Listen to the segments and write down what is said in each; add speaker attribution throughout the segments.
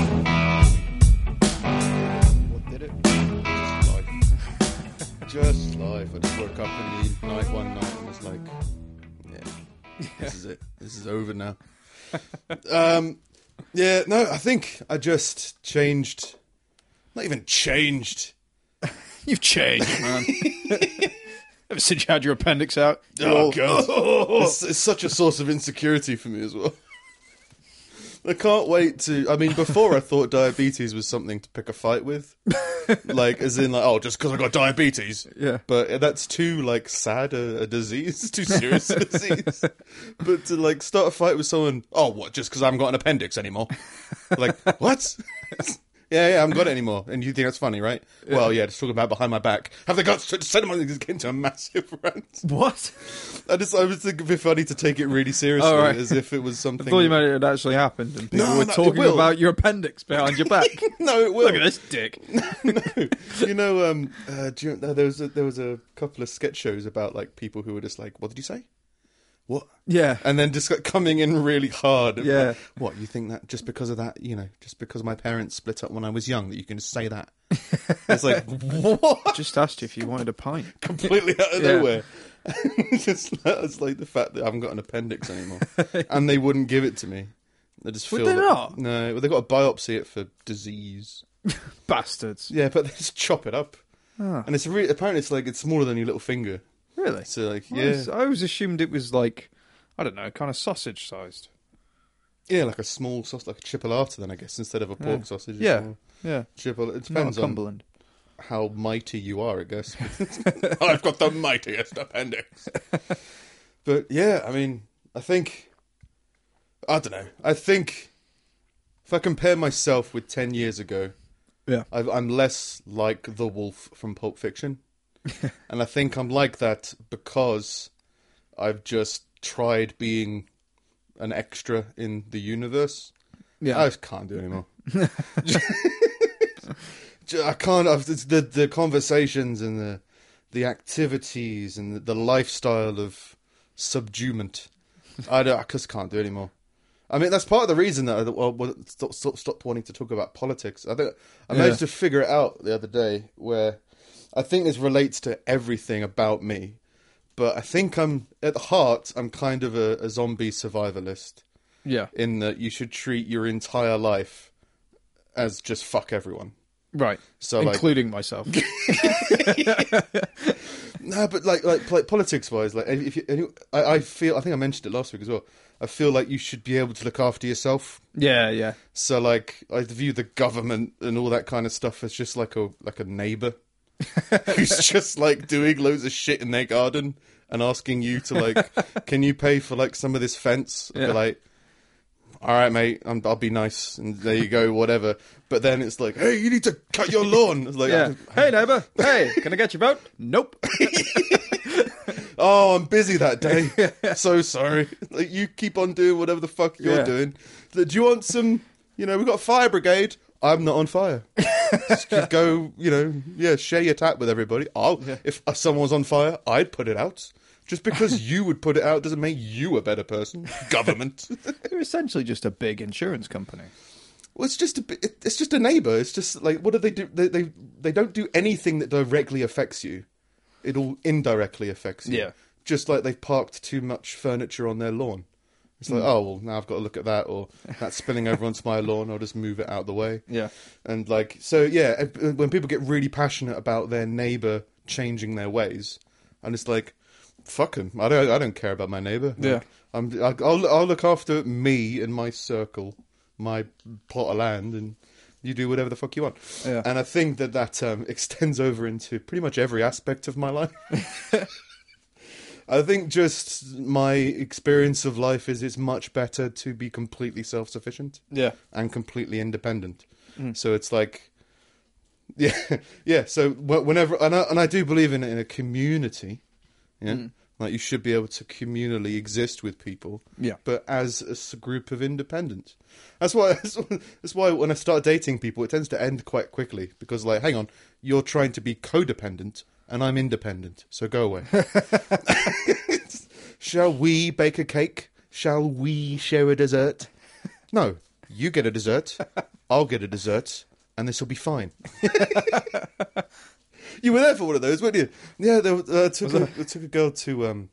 Speaker 1: just life. I just woke up in the night one night and was like, yeah, this is it. This is over now. um, yeah, no, I think I just changed. Not even changed.
Speaker 2: You've changed, man. Ever since you had your appendix out.
Speaker 1: Oh,
Speaker 2: you're-
Speaker 1: God. It's, it's such a source of insecurity for me as well. I can't wait to. I mean, before I thought diabetes was something to pick a fight with, like as in like, oh, just because I got diabetes,
Speaker 2: Yeah.
Speaker 1: But that's too like sad a, a disease, too serious a disease. But to like start a fight with someone, oh, what? Just because I haven't got an appendix anymore? Like what? yeah, yeah, I haven't got it anymore. And you think that's funny, right? Well, yeah, just talking about behind my back. Have they got to send them on? Get into a massive rant.
Speaker 2: What?
Speaker 1: I just, I just think it'd be funny to take it really seriously,
Speaker 2: All right.
Speaker 1: as if it was something.
Speaker 2: I thought you meant it had actually happened and people
Speaker 1: No,
Speaker 2: were
Speaker 1: no, it
Speaker 2: talking
Speaker 1: will.
Speaker 2: about your appendix behind your back.
Speaker 1: no, it will.
Speaker 2: Look at this dick.
Speaker 1: you know, um, uh, do you, there was a, there was a couple of sketch shows about like people who were just like, "What did you say? What?"
Speaker 2: Yeah.
Speaker 1: and then just like, coming in really hard. and
Speaker 2: Yeah.
Speaker 1: like, what you think that just because of that, you know, just because my parents split up when I was young, that you can just say that? It's like what?
Speaker 2: Just asked you if you wanted a pint.
Speaker 1: Completely out of
Speaker 2: Yeah.
Speaker 1: nowhere. just it's like the fact that I haven't got an appendix anymore, and they wouldn't give it to me. They just
Speaker 2: Would
Speaker 1: feel
Speaker 2: they
Speaker 1: that-
Speaker 2: not?
Speaker 1: No, well, they got to biopsy it for disease.
Speaker 2: Bastards.
Speaker 1: Yeah, but they just chop it up,
Speaker 2: Ah.
Speaker 1: and it's really apparently it's like it's smaller than your little finger.
Speaker 2: Really?
Speaker 1: So like
Speaker 2: I
Speaker 1: yeah,
Speaker 2: always, I always assumed it was like, I don't know, kind of sausage sized.
Speaker 1: yeah, like a small sausage, like a chipolata then I guess instead of a pork
Speaker 2: Yeah.
Speaker 1: sausage. it's
Speaker 2: Yeah.
Speaker 1: more
Speaker 2: Yeah.
Speaker 1: Chipolata. It
Speaker 2: Not
Speaker 1: depends
Speaker 2: a
Speaker 1: on
Speaker 2: Cumberland.
Speaker 1: how mighty you are, I guess. I've got the mightiest appendix. but yeah, I mean, I think I don't know. I think if I compare myself with ten years ago,
Speaker 2: Yeah.
Speaker 1: I've, I'm less like the wolf from Pulp Fiction, and I think I'm like that because I've just tried being an extra in the universe.
Speaker 2: Yeah.
Speaker 1: I just can't do it anymore. J- I can't. I've, it's the the conversations and the the activities and the, the lifestyle of subduement. I don't. I just can't do it anymore. I mean, that's part of the reason that I well, well, stop, stop, stopped wanting to talk about politics. I think I managed to figure it out the other day where I think this relates to everything about me. But I think I'm at the heart. I'm kind of a, a zombie survivalist
Speaker 2: yeah.
Speaker 1: in that you should treat your entire life as just fuck everyone.
Speaker 2: Right.
Speaker 1: So like
Speaker 2: Including myself.
Speaker 1: no, but like like, like politics wise, like if you, any, I, I feel I think I mentioned it last week as well. I feel like you should be able to look after yourself.
Speaker 2: yeah, yeah.
Speaker 1: So like I view the government and all that kind of stuff as just like a like a neighbor who's just like doing loads of shit in their garden and asking you to like, can you pay for like some of this fence? And be
Speaker 2: Yeah.
Speaker 1: like, all right, mate, I'm, I'll be nice, and there you go, whatever. But then it's like, hey, you need to cut your lawn. It's like,
Speaker 2: Yeah.
Speaker 1: I'm just-
Speaker 2: Hey, neighbour. Hey, can I get your vote? Nope.
Speaker 1: oh, I'm busy that day. so sorry. Like you keep on doing whatever the fuck you're
Speaker 2: Yeah.
Speaker 1: doing. Do you want some? You know, we've got a fire brigade. I'm not on fire. Just go, you know, yeah, share your tap with everybody. I'll, If someone's on fire, I'd put it out. Just because you would put it out doesn't make you a better person. Government.
Speaker 2: You're essentially just a big insurance company.
Speaker 1: Well, it's just a bit, it- it's just a neighbor. It's just like what do they do? They they, they don't do anything that directly affects you. It all indirectly affects you.
Speaker 2: Yeah.
Speaker 1: Just like they've parked too much furniture on their lawn. It's
Speaker 2: Mm.
Speaker 1: like, oh well, now I've got to look at that, or that's spilling over onto my lawn. I'll just move it out of the way.
Speaker 2: Yeah.
Speaker 1: And like, so yeah, uh, when people get really passionate about their neighbor changing their ways, and it's like, fuck 'em. I don't, I don't care about my neighbor.
Speaker 2: Yeah.
Speaker 1: I'm, I- I'll, I'll look after me and my circle, my plot of land, and you do whatever the fuck you want.
Speaker 2: Yeah.
Speaker 1: And I think that that um, extends over into pretty much every aspect of my life. I think just my experience of life is it's much better to be completely self sufficient
Speaker 2: Yeah.
Speaker 1: and completely independent. So it's like, yeah, yeah. So wh- whenever and I, and I do believe in in a community, yeah, like you should be able to communally exist with people,
Speaker 2: Yeah.
Speaker 1: but as a s- group of independents. That's why that's, why- that's why when I start dating people, it tends to end quite quickly because like, hang on, you're trying to be codependent and I'm independent, so go away. Shall we bake a cake? Shall we share a dessert? No, you get a dessert, I'll get a dessert, and this will be fine. you were there for one of those, weren't you? Yeah, they uh, took a, they took a girl to um,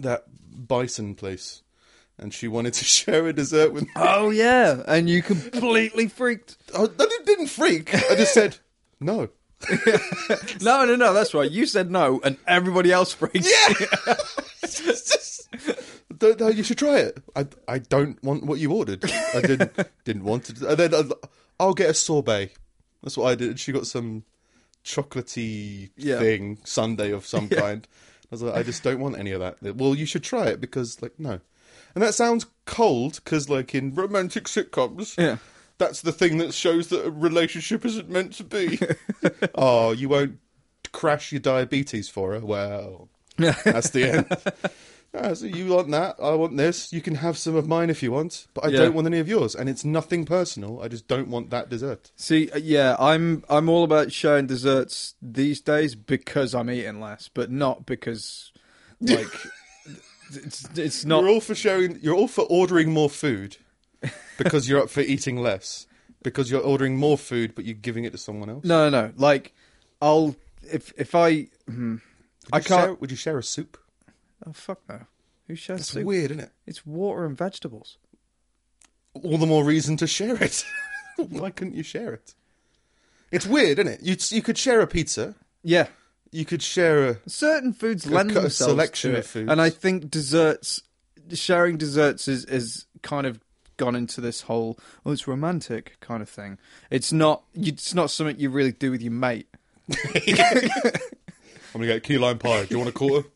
Speaker 1: that bison place, and she wanted to share a dessert with me.
Speaker 3: Oh yeah, and you completely freaked.
Speaker 1: I I didn't freak. I just said no.
Speaker 3: No, no, no. That's right. You said no, and everybody else freaked.
Speaker 1: Yeah. Don't- no, you should try it. I, I don't want what you ordered. I didn't didn't want to. And then I, was like, I'll get a sorbet. That's what I did. And she got some chocolatey
Speaker 3: Yeah.
Speaker 1: thing, sundae of some kind. I was like, I just don't want any of that. Well, you should try it because, like, no. And that sounds cold because, like, in romantic sitcoms,
Speaker 3: Yeah.
Speaker 1: that's the thing that shows that a relationship isn't meant to be. oh, you won't crash your diabetes for her? Well, that's the end. Ah, so you want that? I want this. You can have some of mine if you want, but I
Speaker 3: Yeah.
Speaker 1: don't want any of yours. And it's nothing personal. I just don't want that dessert.
Speaker 3: See, uh, yeah, I'm I'm all about sharing desserts these days because I'm eating less, but not because like it's it's not
Speaker 1: You're all for sharing. You're all for ordering more food because you're up for eating less. Because you're ordering more food, but you're giving it to someone else.
Speaker 3: No, no, no. Like I'll if if I hmm, I
Speaker 1: Would you share-
Speaker 3: can't
Speaker 1: would you share a soup?
Speaker 3: Oh fuck no. Who shares
Speaker 1: It's
Speaker 3: soup?
Speaker 1: weird, isn't it?
Speaker 3: It's water and vegetables.
Speaker 1: All the more reason to share it. Why couldn't you share it? It's weird, isn't it? You you could share a pizza.
Speaker 3: Yeah.
Speaker 1: You could share a
Speaker 3: Certain foods lend
Speaker 1: cut a
Speaker 3: themselves
Speaker 1: selection
Speaker 3: to
Speaker 1: of
Speaker 3: it,
Speaker 1: foods.
Speaker 3: and I think desserts, sharing desserts is is kind of gone into this whole oh it's romantic kind of thing. It's not you- it's not something you really do with your mate.
Speaker 1: I'm gonna get a key lime pie. Do you want a quarter?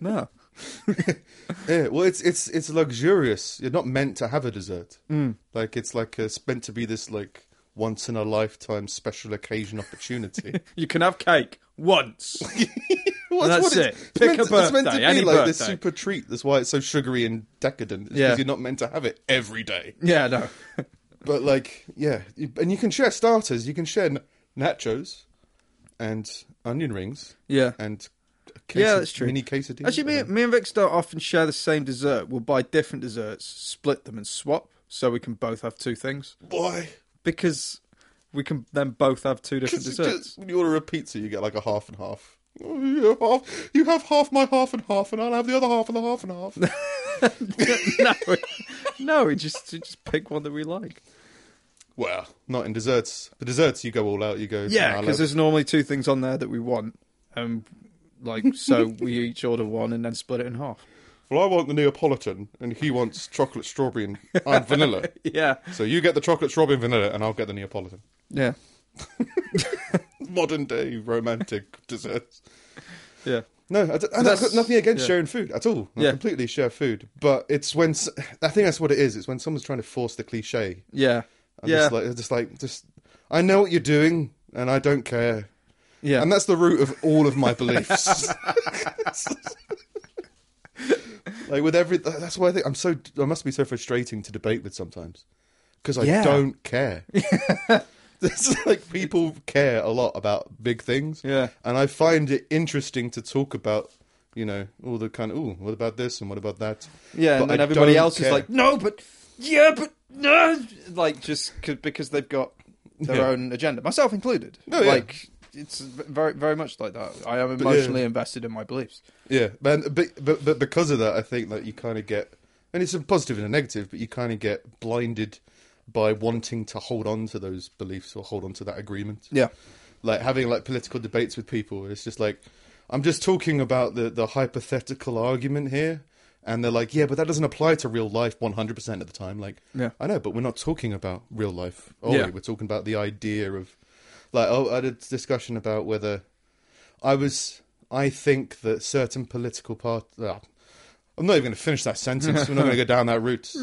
Speaker 3: No,
Speaker 1: yeah. Well, it's it's it's luxurious. You're not meant to have a dessert.
Speaker 3: Hmm.
Speaker 1: Like it's like a, it's meant to be this like once in a lifetime special occasion opportunity.
Speaker 3: you can have cake once.
Speaker 1: Well,
Speaker 3: That's
Speaker 1: what it's- It's
Speaker 3: it. Pick
Speaker 1: meant, to-
Speaker 3: a
Speaker 1: it's meant to
Speaker 3: birthday,
Speaker 1: be
Speaker 3: any
Speaker 1: like this
Speaker 3: birthday.
Speaker 1: super treat. That's why it's so sugary and decadent. It's
Speaker 3: Yeah.
Speaker 1: because you're not meant to have it every day.
Speaker 3: yeah, no.
Speaker 1: But like, yeah, you- and you can share starters. You can share n- nachos and onion rings
Speaker 3: Yeah.
Speaker 1: and a case
Speaker 3: Yeah,
Speaker 1: of-
Speaker 3: that's true.
Speaker 1: mini quesadillas.
Speaker 3: Actually, me, me and Vic don't often share the same dessert. We'll buy different desserts, split them, and swap so we can both have two things.
Speaker 1: boy.
Speaker 3: Because we can then both have two different desserts.
Speaker 1: When you order a pizza, you get like a half and half. Oh, You have half, you have half my half and half, and I'll have the other half and the half and half.
Speaker 3: no, we, no, we just we just pick one that we like.
Speaker 1: well, not in desserts. The desserts, you go all out. You go.
Speaker 3: Yeah,
Speaker 1: "Nah,
Speaker 3: because
Speaker 1: look."
Speaker 3: there's normally two things on there that we want, um, like so we each order one and then split it in half.
Speaker 1: well, I want the Neapolitan, and he wants chocolate, strawberry, and, and vanilla.
Speaker 3: Yeah,
Speaker 1: So you get the chocolate, strawberry, and vanilla, and I'll get the Neapolitan.
Speaker 3: yeah,
Speaker 1: Modern day romantic desserts.
Speaker 3: yeah.
Speaker 1: No, I don't- and I've got
Speaker 3: That's-
Speaker 1: nothing against
Speaker 3: yeah.
Speaker 1: sharing food at all. I
Speaker 3: Yeah.
Speaker 1: completely share food, but it's when s- I think that's what it is. It's when someone's trying to force the cliche
Speaker 3: Yeah.
Speaker 1: I'm
Speaker 3: Yeah.
Speaker 1: just like, just like, just. I know what you're doing, and I don't care.
Speaker 3: yeah.
Speaker 1: And that's the root of all of my beliefs. like with every, that's why I think I'm so. I must be so frustrating to debate with sometimes because I
Speaker 3: Yeah.
Speaker 1: don't care. It's like people care a lot about big things,
Speaker 3: Yeah.
Speaker 1: and I find it interesting to talk about. You know, all the kind of, oh, what about this and what about that?
Speaker 3: Yeah,
Speaker 1: But
Speaker 3: and then
Speaker 1: I
Speaker 3: everybody
Speaker 1: don't
Speaker 3: else is
Speaker 1: care.
Speaker 3: like, no, but yeah, but no, like just c- because they've got their
Speaker 1: Yeah.
Speaker 3: own agenda, myself included.
Speaker 1: Oh, yeah.
Speaker 3: Like it's v- very, very much like that. I am
Speaker 1: yeah.
Speaker 3: emotionally invested in my beliefs.
Speaker 1: Yeah, man, but, but but because of that, I think that you kind of get, and it's a positive and a negative, but you kind of get blinded by wanting to hold on to those beliefs or hold on to that agreement.
Speaker 3: Yeah,
Speaker 1: Like having like political debates with people, it's just like I'm just talking about the the hypothetical argument here, and they're like, yeah, but that doesn't apply to real life 100 percent of the time. Like,
Speaker 3: Yeah.
Speaker 1: I know, but we're not talking about real life. Oh,
Speaker 3: Yeah.
Speaker 1: we're talking about the idea of, like, oh, I had a discussion about whether I was. I think that certain political part. ah, I'm not even going to finish that sentence. We're not going to go down that route. So.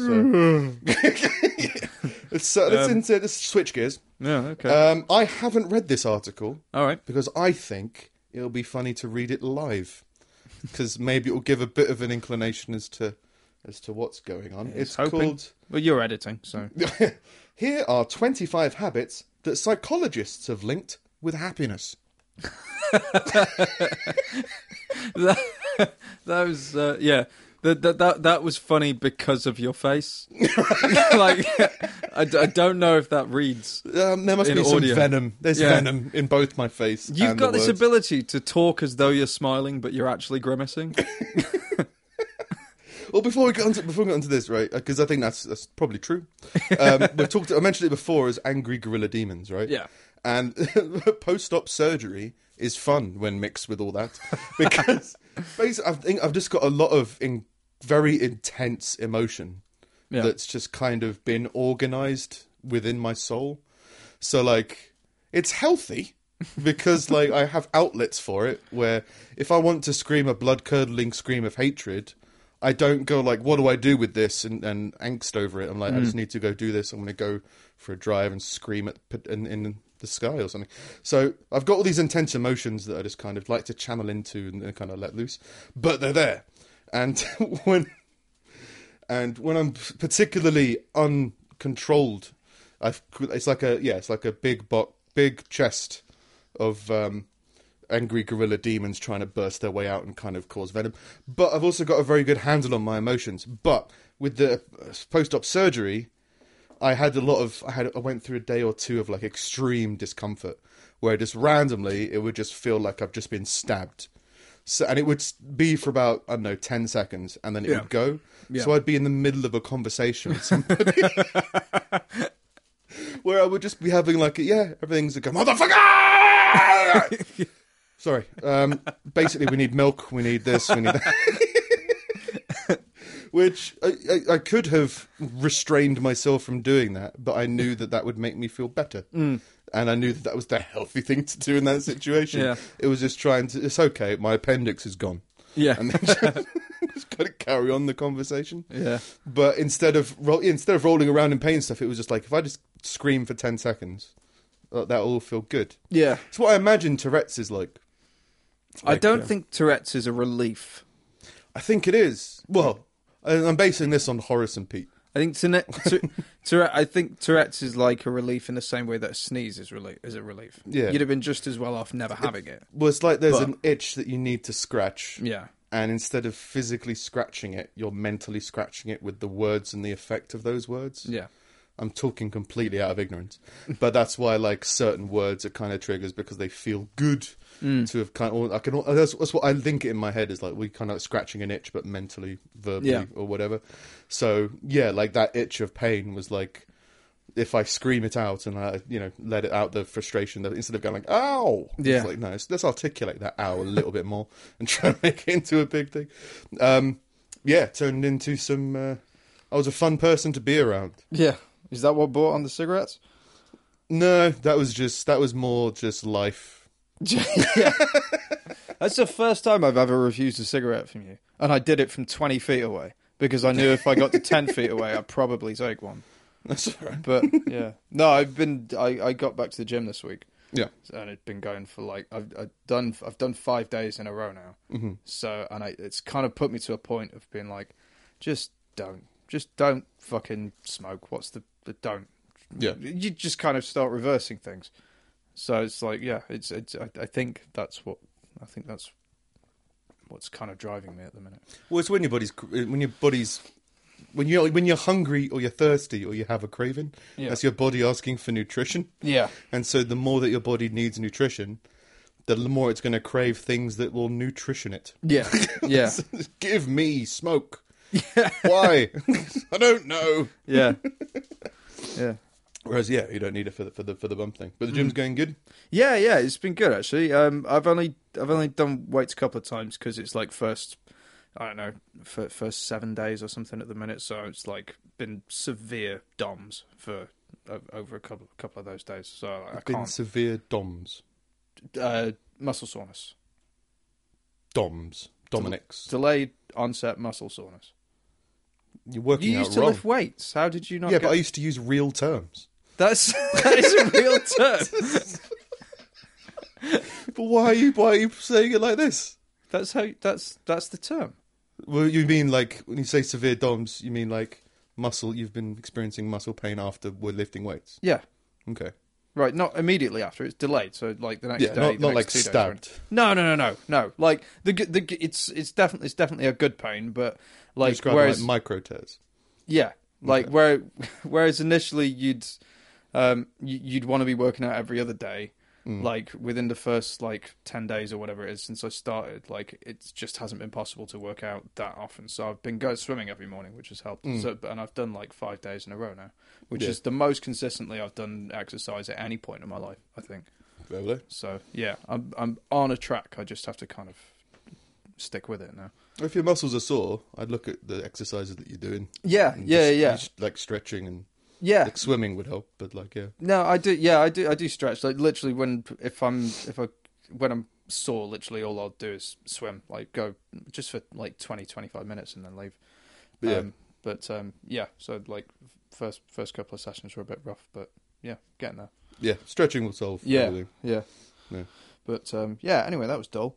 Speaker 1: let's, uh, let's, into, let's switch gears.
Speaker 3: Um, yeah, okay,
Speaker 1: Um, I haven't read this article
Speaker 3: all right,
Speaker 1: because I think it'll be funny to read it live because maybe it'll give a bit of an inclination as to as to what's going on.
Speaker 3: Here's
Speaker 1: it's
Speaker 3: hoping.
Speaker 1: called
Speaker 3: Well, you're editing, so
Speaker 1: Here are 25 habits that psychologists have linked with happiness.
Speaker 3: that was uh, yeah. That, that that that was funny because of your face. like, I, d- I don't know if that reads.
Speaker 1: Um, there must
Speaker 3: In
Speaker 1: be some
Speaker 3: audio.
Speaker 1: venom. There's
Speaker 3: Yeah.
Speaker 1: venom in both my face.
Speaker 3: You've
Speaker 1: and
Speaker 3: got
Speaker 1: the
Speaker 3: this
Speaker 1: words.
Speaker 3: ability to talk as though you're smiling, but you're actually grimacing.
Speaker 1: Well, before we get onto before we get onto this, right? Because I think that's that's probably true. Um, we've talked. I mentioned it before as angry gorilla demons, right?
Speaker 3: Yeah.
Speaker 1: And post-op surgery is fun when mixed with all that, because basically, I think I've just got a lot of in, very intense emotion
Speaker 3: Yeah.
Speaker 1: that's just kind of been organized within my soul. So like, it's healthy. because like I have outlets for it where if I want to scream a blood curdling scream of hatred, I don't go like, what do I do with this and, and angst over it. I'm like, I just need to go do this. I'm going to go for a drive and scream at p- in, in the sky or something. So I've got all these intense emotions that I just kind of like to channel into and, and kind of let loose, but they're there. And when and when I'm particularly uncontrolled, I've it's like a yeah, it's like a big bo- big chest of um, angry gorilla demons trying to burst their way out and kind of cause venom. But I've also got a very good handle on my emotions. But with the uh, post-op surgery, I had a lot of I had I went through a day or two of like extreme discomfort where just randomly it would just feel like I've just been stabbed. So and it would be for about I don't know ten seconds and then it
Speaker 3: Yeah.
Speaker 1: would go.
Speaker 3: Yeah.
Speaker 1: So I'd be in the middle of a conversation with somebody. Where I would just be having like, a, yeah, everything's like, motherfucker! Sorry. Um, basically, we need milk, we need this, we need that which I, I, I could have restrained myself from doing that, but I knew that that would make me feel better, and I knew that that was the healthy thing to do in that situation.
Speaker 3: Yeah.
Speaker 1: It was just trying to. It's okay. My appendix is gone,
Speaker 3: yeah,
Speaker 1: and then just, just got to carry on the conversation.
Speaker 3: yeah,
Speaker 1: But instead of ro- instead of rolling around in pain and stuff, it was just like if I just scream for ten seconds, uh, that'll all feel good.
Speaker 3: yeah.
Speaker 1: It's what I imagine Tourette's is like.
Speaker 3: I
Speaker 1: Like,
Speaker 3: don't
Speaker 1: uh,
Speaker 3: think Tourette's is a relief.
Speaker 1: I think it is. Well, I- I'm basing this on Horace and Pete.
Speaker 3: I think Tourette, Tou- Tourette, I think Tourette's is like a relief in the same way that a sneeze is relief. Is a relief.
Speaker 1: Yeah.
Speaker 3: you'd have been just as well off never having it.
Speaker 1: Well, it's like there's
Speaker 3: But-
Speaker 1: an itch that you need to scratch,
Speaker 3: Yeah,
Speaker 1: and instead of physically scratching it, you're mentally scratching it with the words and the effect of those words.
Speaker 3: yeah,
Speaker 1: I'm talking completely out of ignorance, but that's why like certain words are kind of triggers because they feel good
Speaker 3: Mm.
Speaker 1: to have kind of. Or I can. al- That's, that's what I link it in my head is like we kind of scratching an itch, but mentally, verbally,
Speaker 3: Yeah.
Speaker 1: or whatever. So yeah, like that itch of pain was like. If I scream it out and I, you know, let it out the frustration, that instead of going like "ow,"
Speaker 3: Yeah.
Speaker 1: it's like no, it's- let's articulate that "ow" a little bit more and try and make it into a big thing. Um, yeah, turned into some. Uh, I was a fun person to be around.
Speaker 3: yeah. Is that what bought on the cigarettes?
Speaker 1: No, that was just that was more just life.
Speaker 3: yeah. That's the first time I've ever refused a cigarette from you. And I did it from 20 feet away because I knew if I got to 10 feet away, I'd probably take one.
Speaker 1: That's all right.
Speaker 3: But yeah. No, I've been, I, I got back to the gym this week
Speaker 1: Yeah.
Speaker 3: and I've been going for like, I've, I've done, I've done five days in a row now.
Speaker 1: Mhm.
Speaker 3: So, and I, it's kind of put me to a point of being like, just don't, just don't fucking smoke. What's the, the don't.
Speaker 1: Yeah.
Speaker 3: You just kind of start reversing things. So it's like, yeah, it's, it's, I, I think that's what, I think that's what's kind of driving me at the minute.
Speaker 1: Well, it's when your body's when your body's when you are when you're hungry or you're thirsty or you have a craving.
Speaker 3: Yeah.
Speaker 1: That's your body asking for nutrition,
Speaker 3: Yeah.
Speaker 1: and so the more that your body needs nutrition, the more it's going to crave things that will nutrition it.
Speaker 3: Yeah. Yeah.
Speaker 1: Give me smoke. Why? I don't know.
Speaker 3: yeah. Yeah.
Speaker 1: Whereas, yeah, you don't need it for the for the for the bump thing. But the
Speaker 3: Mm.
Speaker 1: gym's going good.
Speaker 3: Yeah, yeah, it's been good actually. Um, I've only I've only done weights a couple of times because it's like first, I don't know, fir- first seven days or something at the minute. So it's like been severe DOMS for o- over a couple couple of those days. So I
Speaker 1: Been
Speaker 3: can't
Speaker 1: severe DOMS.
Speaker 3: uh, muscle soreness,
Speaker 1: DOMS. Dominic's.
Speaker 3: delayed onset muscle soreness.
Speaker 1: You're working
Speaker 3: You
Speaker 1: out
Speaker 3: used to
Speaker 1: wrong.
Speaker 3: lift weights. How did you not?
Speaker 1: Yeah,
Speaker 3: get...
Speaker 1: but I used to use real terms.
Speaker 3: that's that is a real term.
Speaker 1: But why are you why are you saying it like this?
Speaker 3: That's how that's that's the term.
Speaker 1: Well, you mean like when you say severe DOMS, you mean like muscle? You've been experiencing muscle pain after we're lifting weights.
Speaker 3: Yeah,
Speaker 1: Okay,
Speaker 3: Right, not immediately after. It's delayed, so like the next
Speaker 1: Yeah,
Speaker 3: day.
Speaker 1: not-
Speaker 3: the
Speaker 1: not
Speaker 3: next
Speaker 1: like
Speaker 3: two days,
Speaker 1: stabbed.
Speaker 3: right? No, no, no, no, no. Like the g- the g- it's it's definitely it's definitely a good pain, but like
Speaker 1: Describe
Speaker 3: whereas
Speaker 1: like micro tears.
Speaker 3: yeah, like where whereas initially you'd um you- you'd want to be working out every other day,
Speaker 1: Mm.
Speaker 3: like within the first like ten days or whatever it is since I started, like it just hasn't been possible to work out that often. So I've been going swimming every morning, which has helped. So and I've done like five days in a row now, which
Speaker 1: Mm. Yeah.
Speaker 3: is the most consistently I've done exercise at any point in my life, I think.
Speaker 1: Really?
Speaker 3: So yeah, I'm I'm on a track. I just have to kind of stick with it now.
Speaker 1: If your muscles are sore, I'd look at the exercises that you're doing.
Speaker 3: Yeah,
Speaker 1: and
Speaker 3: Ah, yeah,
Speaker 1: just-
Speaker 3: yeah, Ah.
Speaker 1: just, like stretching and
Speaker 3: yeah.
Speaker 1: like swimming would help, but like yeah,
Speaker 3: No, I do. Yeah, I do. I do stretch. Like literally, when if I'm if I when I'm sore, literally all I'll do is swim. Like go just for like 20, 25 minutes and then leave.
Speaker 1: Yeah.
Speaker 3: Um, but um, yeah, so like first first couple of sessions were a bit rough, but yeah, getting there.
Speaker 1: yeah, stretching will solve.
Speaker 3: Yeah,
Speaker 1: everything.
Speaker 3: yeah.
Speaker 1: Yeah.
Speaker 3: But um, yeah. Anyway, that was dull.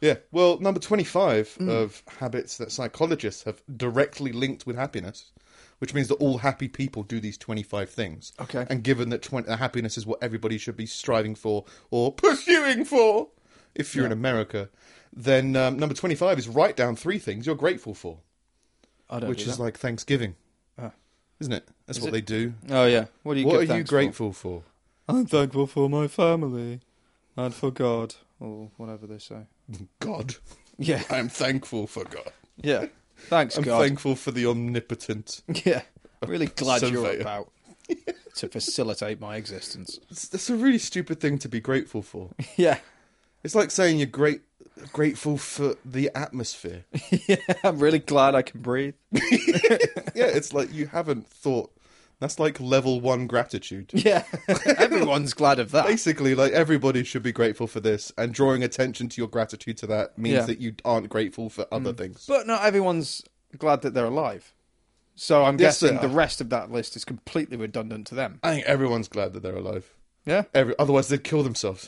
Speaker 1: Yeah. Well, number 25
Speaker 3: Mm.
Speaker 1: of habits that psychologists have directly linked with happiness, which means that all happy people do these 25 things.
Speaker 3: Okay.
Speaker 1: And given that 20, uh, happiness is what everybody should be striving for or pursuing for, if you're in America, then um, number 25 is write down three things you're grateful for,
Speaker 3: I don't.
Speaker 1: which
Speaker 3: do
Speaker 1: is
Speaker 3: that.
Speaker 1: like Thanksgiving.
Speaker 3: Ah.
Speaker 1: Isn't it? That's
Speaker 3: Is
Speaker 1: what
Speaker 3: it?
Speaker 1: they do.
Speaker 3: oh yeah. What are you?
Speaker 1: What
Speaker 3: give
Speaker 1: are you
Speaker 3: thanks for?
Speaker 1: grateful for?
Speaker 3: I'm thankful for my family and for God or whatever they say.
Speaker 1: God.
Speaker 3: Yeah,
Speaker 1: I am thankful for God.
Speaker 3: yeah. Thanks,
Speaker 1: I'm
Speaker 3: God.
Speaker 1: thankful for the omnipotent.
Speaker 3: Yeah, really glad you're
Speaker 1: Surveyor.
Speaker 3: about to facilitate my existence.
Speaker 1: It's- That's a really stupid thing to be grateful for.
Speaker 3: Yeah,
Speaker 1: It's like saying you're great, grateful for the atmosphere.
Speaker 3: yeah. I'm really glad I can breathe.
Speaker 1: yeah, it's like you haven't thought. That's like level one gratitude.
Speaker 3: Yeah, everyone's glad of that.
Speaker 1: Basically, like everybody should be grateful for this, and drawing attention to your gratitude to that means
Speaker 3: Yeah. Mm.
Speaker 1: that you aren't grateful for other things.
Speaker 3: But not everyone's glad that they're alive. So I'm
Speaker 1: Yes, they
Speaker 3: guessing the
Speaker 1: are.
Speaker 3: rest of that list is completely redundant to them.
Speaker 1: I think everyone's glad that they're alive.
Speaker 3: Yeah,
Speaker 1: Every, otherwise, they'd kill themselves.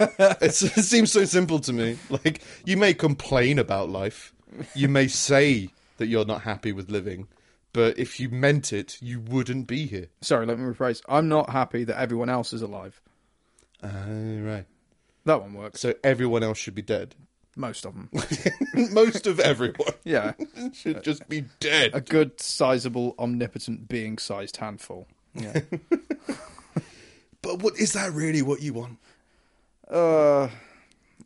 Speaker 1: it's, it seems so simple to me. Like, you may complain about life, you may say that you're not happy with living, but if you meant it, you wouldn't be here.
Speaker 3: sorry. Let me rephrase. I'm not happy that everyone else is alive.
Speaker 1: Ah, right.
Speaker 3: That one works.
Speaker 1: So everyone else should be dead.
Speaker 3: Most of them.
Speaker 1: Most of everyone
Speaker 3: Yeah,
Speaker 1: should just be
Speaker 3: a
Speaker 1: dead.
Speaker 3: good, sizable, omnipotent being-sized handful. Yeah.
Speaker 1: But what is that really what you want?
Speaker 3: Uh,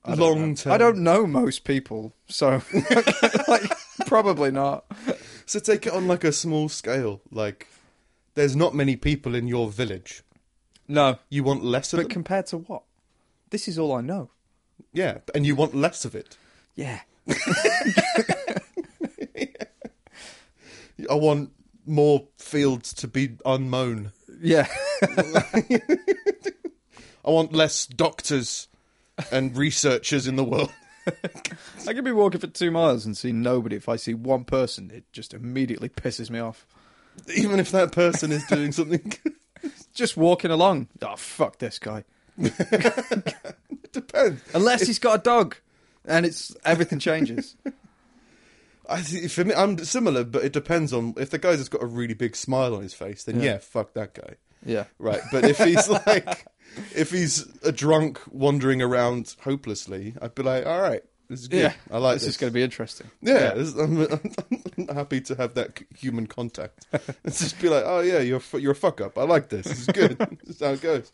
Speaker 3: I don't
Speaker 1: Long
Speaker 3: know.
Speaker 1: term.
Speaker 3: I don't know most people, so like, probably not.
Speaker 1: So take it on like a small scale. Like, there's not many people in your village.
Speaker 3: No,
Speaker 1: You want less of
Speaker 3: but
Speaker 1: it.
Speaker 3: compared to what? This is all I know.
Speaker 1: Yeah, and you want less of it.
Speaker 3: Yeah,
Speaker 1: I want more fields to be unmown.
Speaker 3: yeah,
Speaker 1: I want less doctors and researchers in the world.
Speaker 3: I could be walking for two miles and see nobody. If I see one person, it just immediately pisses me off.
Speaker 1: Even if that person is doing something good.
Speaker 3: Just walking along. Oh fuck this guy!
Speaker 1: It depends.
Speaker 3: Unless he's got a dog, and it's everything changes.
Speaker 1: I th- for me, I'm similar, but it depends on if the guy's just got a really big smile on his face, then yeah, fuck that guy,
Speaker 3: yeah,
Speaker 1: right? But if he's like, if he's a drunk wandering around hopelessly, I'd be like, all right, this is good.
Speaker 3: yeah.
Speaker 1: I like
Speaker 3: this.
Speaker 1: this.
Speaker 3: is going to be interesting.
Speaker 1: yeah, This, I'm, I'm happy to have that c- human contact. It's just be like, oh yeah, you're a fu- you're a fuck up. I like this. It's good. this is how it goes.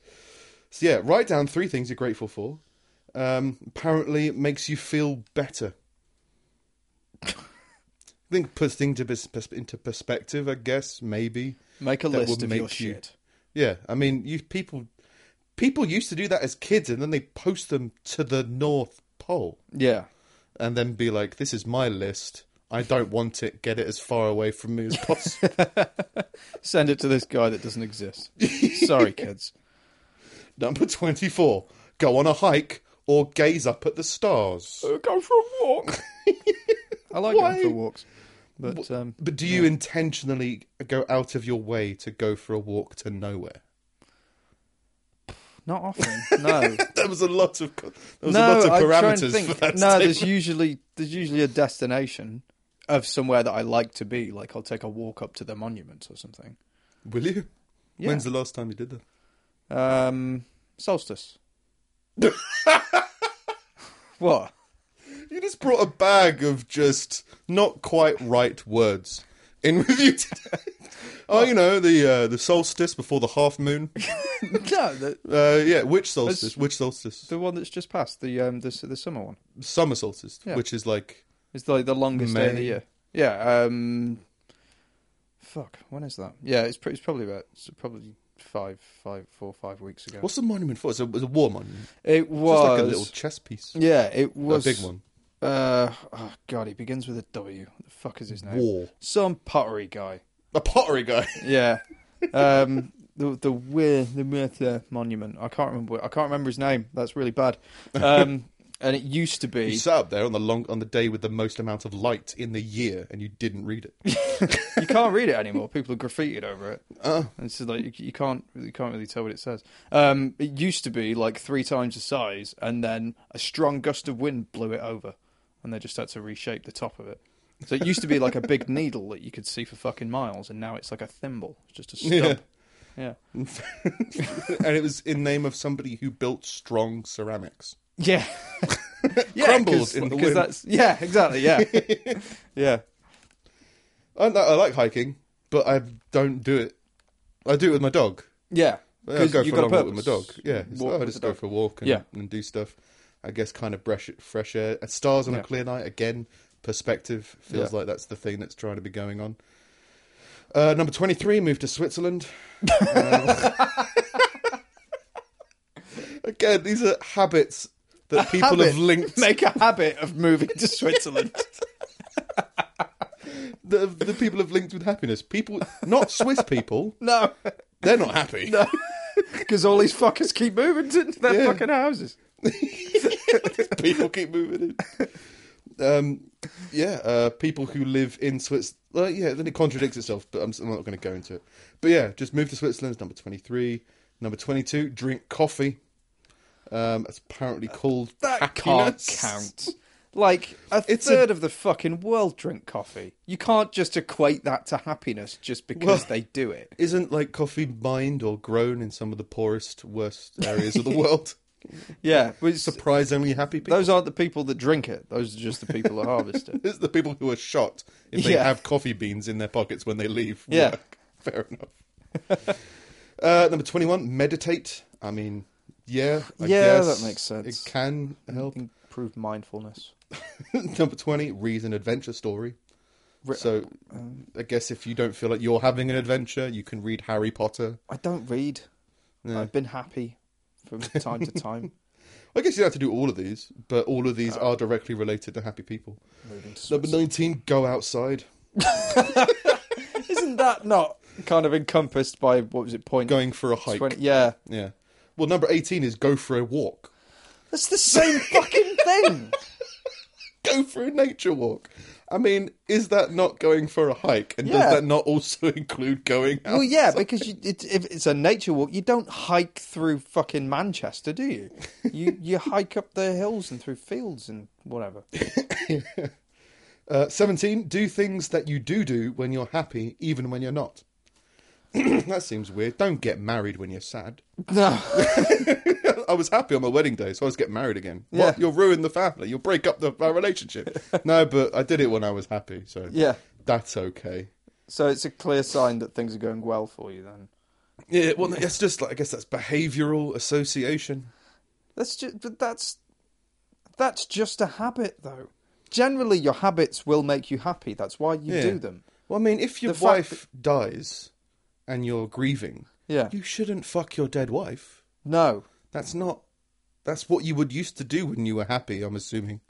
Speaker 1: So yeah, write down three things you're grateful for. Um, apparently, it makes you feel better. I think puts things to pers- pers- into perspective. I guess maybe.
Speaker 3: Make a
Speaker 1: That
Speaker 3: list
Speaker 1: would
Speaker 3: of
Speaker 1: make
Speaker 3: your
Speaker 1: you-
Speaker 3: shit.
Speaker 1: Yeah, I mean, you people people used to do that as kids, and then they post them to the North Pole,
Speaker 3: Yeah,
Speaker 1: and then be like, "This is my list. I don't want it. Get it as far away from me as possible."
Speaker 3: send it to this guy that doesn't exist. Sorry, kids.
Speaker 1: Number twenty-four: Go on a hike or gaze up at the stars.
Speaker 3: go for a walk. I like
Speaker 1: Why?
Speaker 3: going for walks, but um,
Speaker 1: But do you intentionally go out of your way to go for a walk to nowhere?
Speaker 3: not often. No,
Speaker 1: There was a lot of co- there was
Speaker 3: no.
Speaker 1: a lot of
Speaker 3: I try and
Speaker 1: parameters
Speaker 3: think.
Speaker 1: for that.
Speaker 3: no,
Speaker 1: statement.
Speaker 3: there's usually there's usually a destination of somewhere that I like to be. Like I'll take a walk up to the monument or something.
Speaker 1: Will you?
Speaker 3: Yeah.
Speaker 1: When's the last time you did that?
Speaker 3: Um, Solstice. what?
Speaker 1: You just brought a bag of just not quite right words in with you today. Oh, you know the uh, the solstice before the half moon.
Speaker 3: no, the,
Speaker 1: Uh, yeah, which solstice? Which solstice?
Speaker 3: the one that's just passed the um the the summer one.
Speaker 1: Summer solstice,
Speaker 3: Yeah.
Speaker 1: which is like
Speaker 3: It's like the longest day of the
Speaker 1: May.
Speaker 3: year. Yeah. Um. Fuck. When is that? Yeah. It's pretty. It's probably about. It's probably five, five, four, five weeks ago.
Speaker 1: what's the monument for? It's a, it's a war monument.
Speaker 3: it
Speaker 1: It's
Speaker 3: was
Speaker 1: just like a little chess piece,
Speaker 3: Yeah. It
Speaker 1: a
Speaker 3: was
Speaker 1: big one.
Speaker 3: Uh. Oh God. He begins with a W. What the fuck is his name?
Speaker 1: War,
Speaker 3: Some pottery guy.
Speaker 1: a pottery guy.
Speaker 3: Yeah. Um. The the Weir the Mirtha monument. I can't remember. I can't remember his name. That's really bad. Um. and it used to
Speaker 1: You
Speaker 3: be.
Speaker 1: sat up there on the long on the day with the most amount of light in the year, and you didn't read it.
Speaker 3: You can't read it anymore. People are graffitied over it.
Speaker 1: Oh,
Speaker 3: And so like you, you can't you can't really tell what it says. Um, it used to be like three times the size, and then a strong gust of wind blew it over, and they just had to reshape the top of it. So it used to be like a big needle that you could see for fucking miles, and now it's like a thimble. It's just a
Speaker 1: Yeah.
Speaker 3: stub. Yeah,
Speaker 1: and it was in name of somebody who built strong ceramics.
Speaker 3: yeah, yeah.
Speaker 1: Crumbled
Speaker 3: 'cause-
Speaker 1: in the
Speaker 3: 'cause
Speaker 1: wind.
Speaker 3: That's, yeah, exactly. Yeah, yeah.
Speaker 1: I, I like hiking, but I don't do it. I do it with my dog.
Speaker 3: Yeah,
Speaker 1: Yeah, I
Speaker 3: 'Cause
Speaker 1: go
Speaker 3: you
Speaker 1: for a
Speaker 3: got
Speaker 1: long
Speaker 3: a
Speaker 1: walk with my dog.
Speaker 3: purpose. Mm-hmm.
Speaker 1: Yeah, it's-
Speaker 3: Walk
Speaker 1: oh, I
Speaker 3: with
Speaker 1: just
Speaker 3: the
Speaker 1: go
Speaker 3: dog.
Speaker 1: for a walk and,
Speaker 3: Yeah.
Speaker 1: and do stuff. I guess kind of fresh fresh air. Uh, Stars on
Speaker 3: Yeah.
Speaker 1: a clear night again. Perspective feels
Speaker 3: Yeah.
Speaker 1: like that's the thing that's trying to be going on. Uh, number twenty three moved to Switzerland. Uh, again, these are habits that people have
Speaker 3: habit.
Speaker 1: linked.
Speaker 3: Make a habit of moving to Switzerland.
Speaker 1: The, the people have linked with happiness. People, not Swiss people,
Speaker 3: no,
Speaker 1: they're not happy.
Speaker 3: because all these fuckers keep moving to their
Speaker 1: Yeah.
Speaker 3: fucking houses.
Speaker 1: people keep moving in. Um, yeah, uh, people who live in Switzerland. Well, yeah, then it contradicts itself, but I'm, I'm not going to go into it. But yeah, just move to Switzerland. Number twenty three, number twenty two. Drink coffee. Um, it's apparently called
Speaker 3: Uh, That
Speaker 1: happiness.
Speaker 3: can't count. Like a
Speaker 1: It's
Speaker 3: third of the fucking world drink coffee. You can't just equate that to happiness just because
Speaker 1: Well-
Speaker 3: they do it.
Speaker 1: Isn't like coffee mined or grown in some of the poorest, worst areas of the world?
Speaker 3: Yeah, but it's-
Speaker 1: Surprisingly happy people.
Speaker 3: those aren't the people that drink it. Those are just the people that harvest it.
Speaker 1: It's the people who are shot if they
Speaker 3: Yeah.
Speaker 1: have coffee beans in their pockets when they leave.
Speaker 3: Yeah.
Speaker 1: work. fair enough. uh, number twenty-one: meditate. I mean, yeah, I
Speaker 3: Yeah,
Speaker 1: guess
Speaker 3: that makes sense.
Speaker 1: It can help.
Speaker 3: Improve mindfulness.
Speaker 1: number twenty: read an adventure story.
Speaker 3: Re-
Speaker 1: So, I guess if you don't feel like you're having an adventure, you can read Harry Potter.
Speaker 3: I don't read.
Speaker 1: Yeah.
Speaker 3: I've been happy from time to time.
Speaker 1: I guess you don't have to do all of these, but all of
Speaker 3: Oh.
Speaker 1: these are directly related to happy people.
Speaker 3: Moving to
Speaker 1: Number nineteen: go outside.
Speaker 3: Isn't that not kind of encompassed by what was it? Point
Speaker 1: Going for a hike.
Speaker 3: 20 Yeah,
Speaker 1: Yeah. Well, number eighteen is go for a walk.
Speaker 3: that's the same fucking thing.
Speaker 1: go for a nature walk. I mean, is that not going for a hike? And
Speaker 3: Yeah.
Speaker 1: does that not also include going out?
Speaker 3: Well, yeah, because you, it, if it's a nature walk, you don't hike through fucking Manchester, do you? You you hike up the hills and through fields and whatever.
Speaker 1: Uh, 17, do things that you do do when you're happy, even when you're not. that seems weird. Don't get married when you're sad.
Speaker 3: No,
Speaker 1: I was happy on my wedding day, so I was getting married again.
Speaker 3: Yeah.
Speaker 1: What? You'll ruin the family. You'll break up the, our relationship. no, but I did it when I was happy, so
Speaker 3: yeah.
Speaker 1: that's okay.
Speaker 3: So it's a clear sign that things are going well for you. Then
Speaker 1: Yeah, well, it's just like, I guess that's behavioural association.
Speaker 3: that's just but that's that's just a habit, though. Generally, your habits will make you happy. That's why you
Speaker 1: Yeah.
Speaker 3: do them.
Speaker 1: Well, I mean, if your
Speaker 3: The fact
Speaker 1: wife dies and you're grieving,
Speaker 3: Yeah.
Speaker 1: you shouldn't fuck your dead wife.
Speaker 3: No.
Speaker 1: That's not. That's what you would used to do when you were happy. I'm assuming,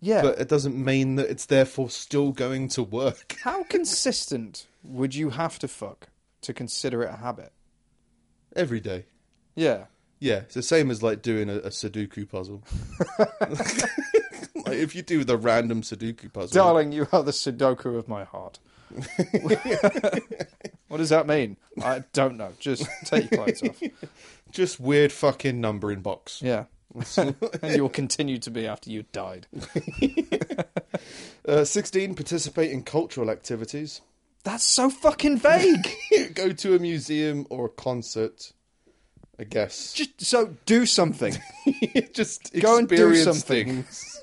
Speaker 3: Yeah.
Speaker 1: but it doesn't mean that it's therefore still going to work.
Speaker 3: How consistent would you have to fuck to consider it a habit?
Speaker 1: Every day,
Speaker 3: Yeah.
Speaker 1: yeah, it's the same as like doing a, a Sudoku puzzle. like if you do the random Sudoku puzzle,
Speaker 3: Darling, you are the Sudoku of my heart. what does that mean? I don't know. Just take your clothes off.
Speaker 1: just weird fucking numbering box.
Speaker 3: Yeah. and you'll continue to be after you've died.
Speaker 1: Uh, Sixteen, participate in cultural activities.
Speaker 3: That's so fucking vague.
Speaker 1: go to a museum or a concert. I guess.
Speaker 2: Just so do something.
Speaker 1: just
Speaker 2: Go and do
Speaker 1: experience
Speaker 2: something.
Speaker 1: things.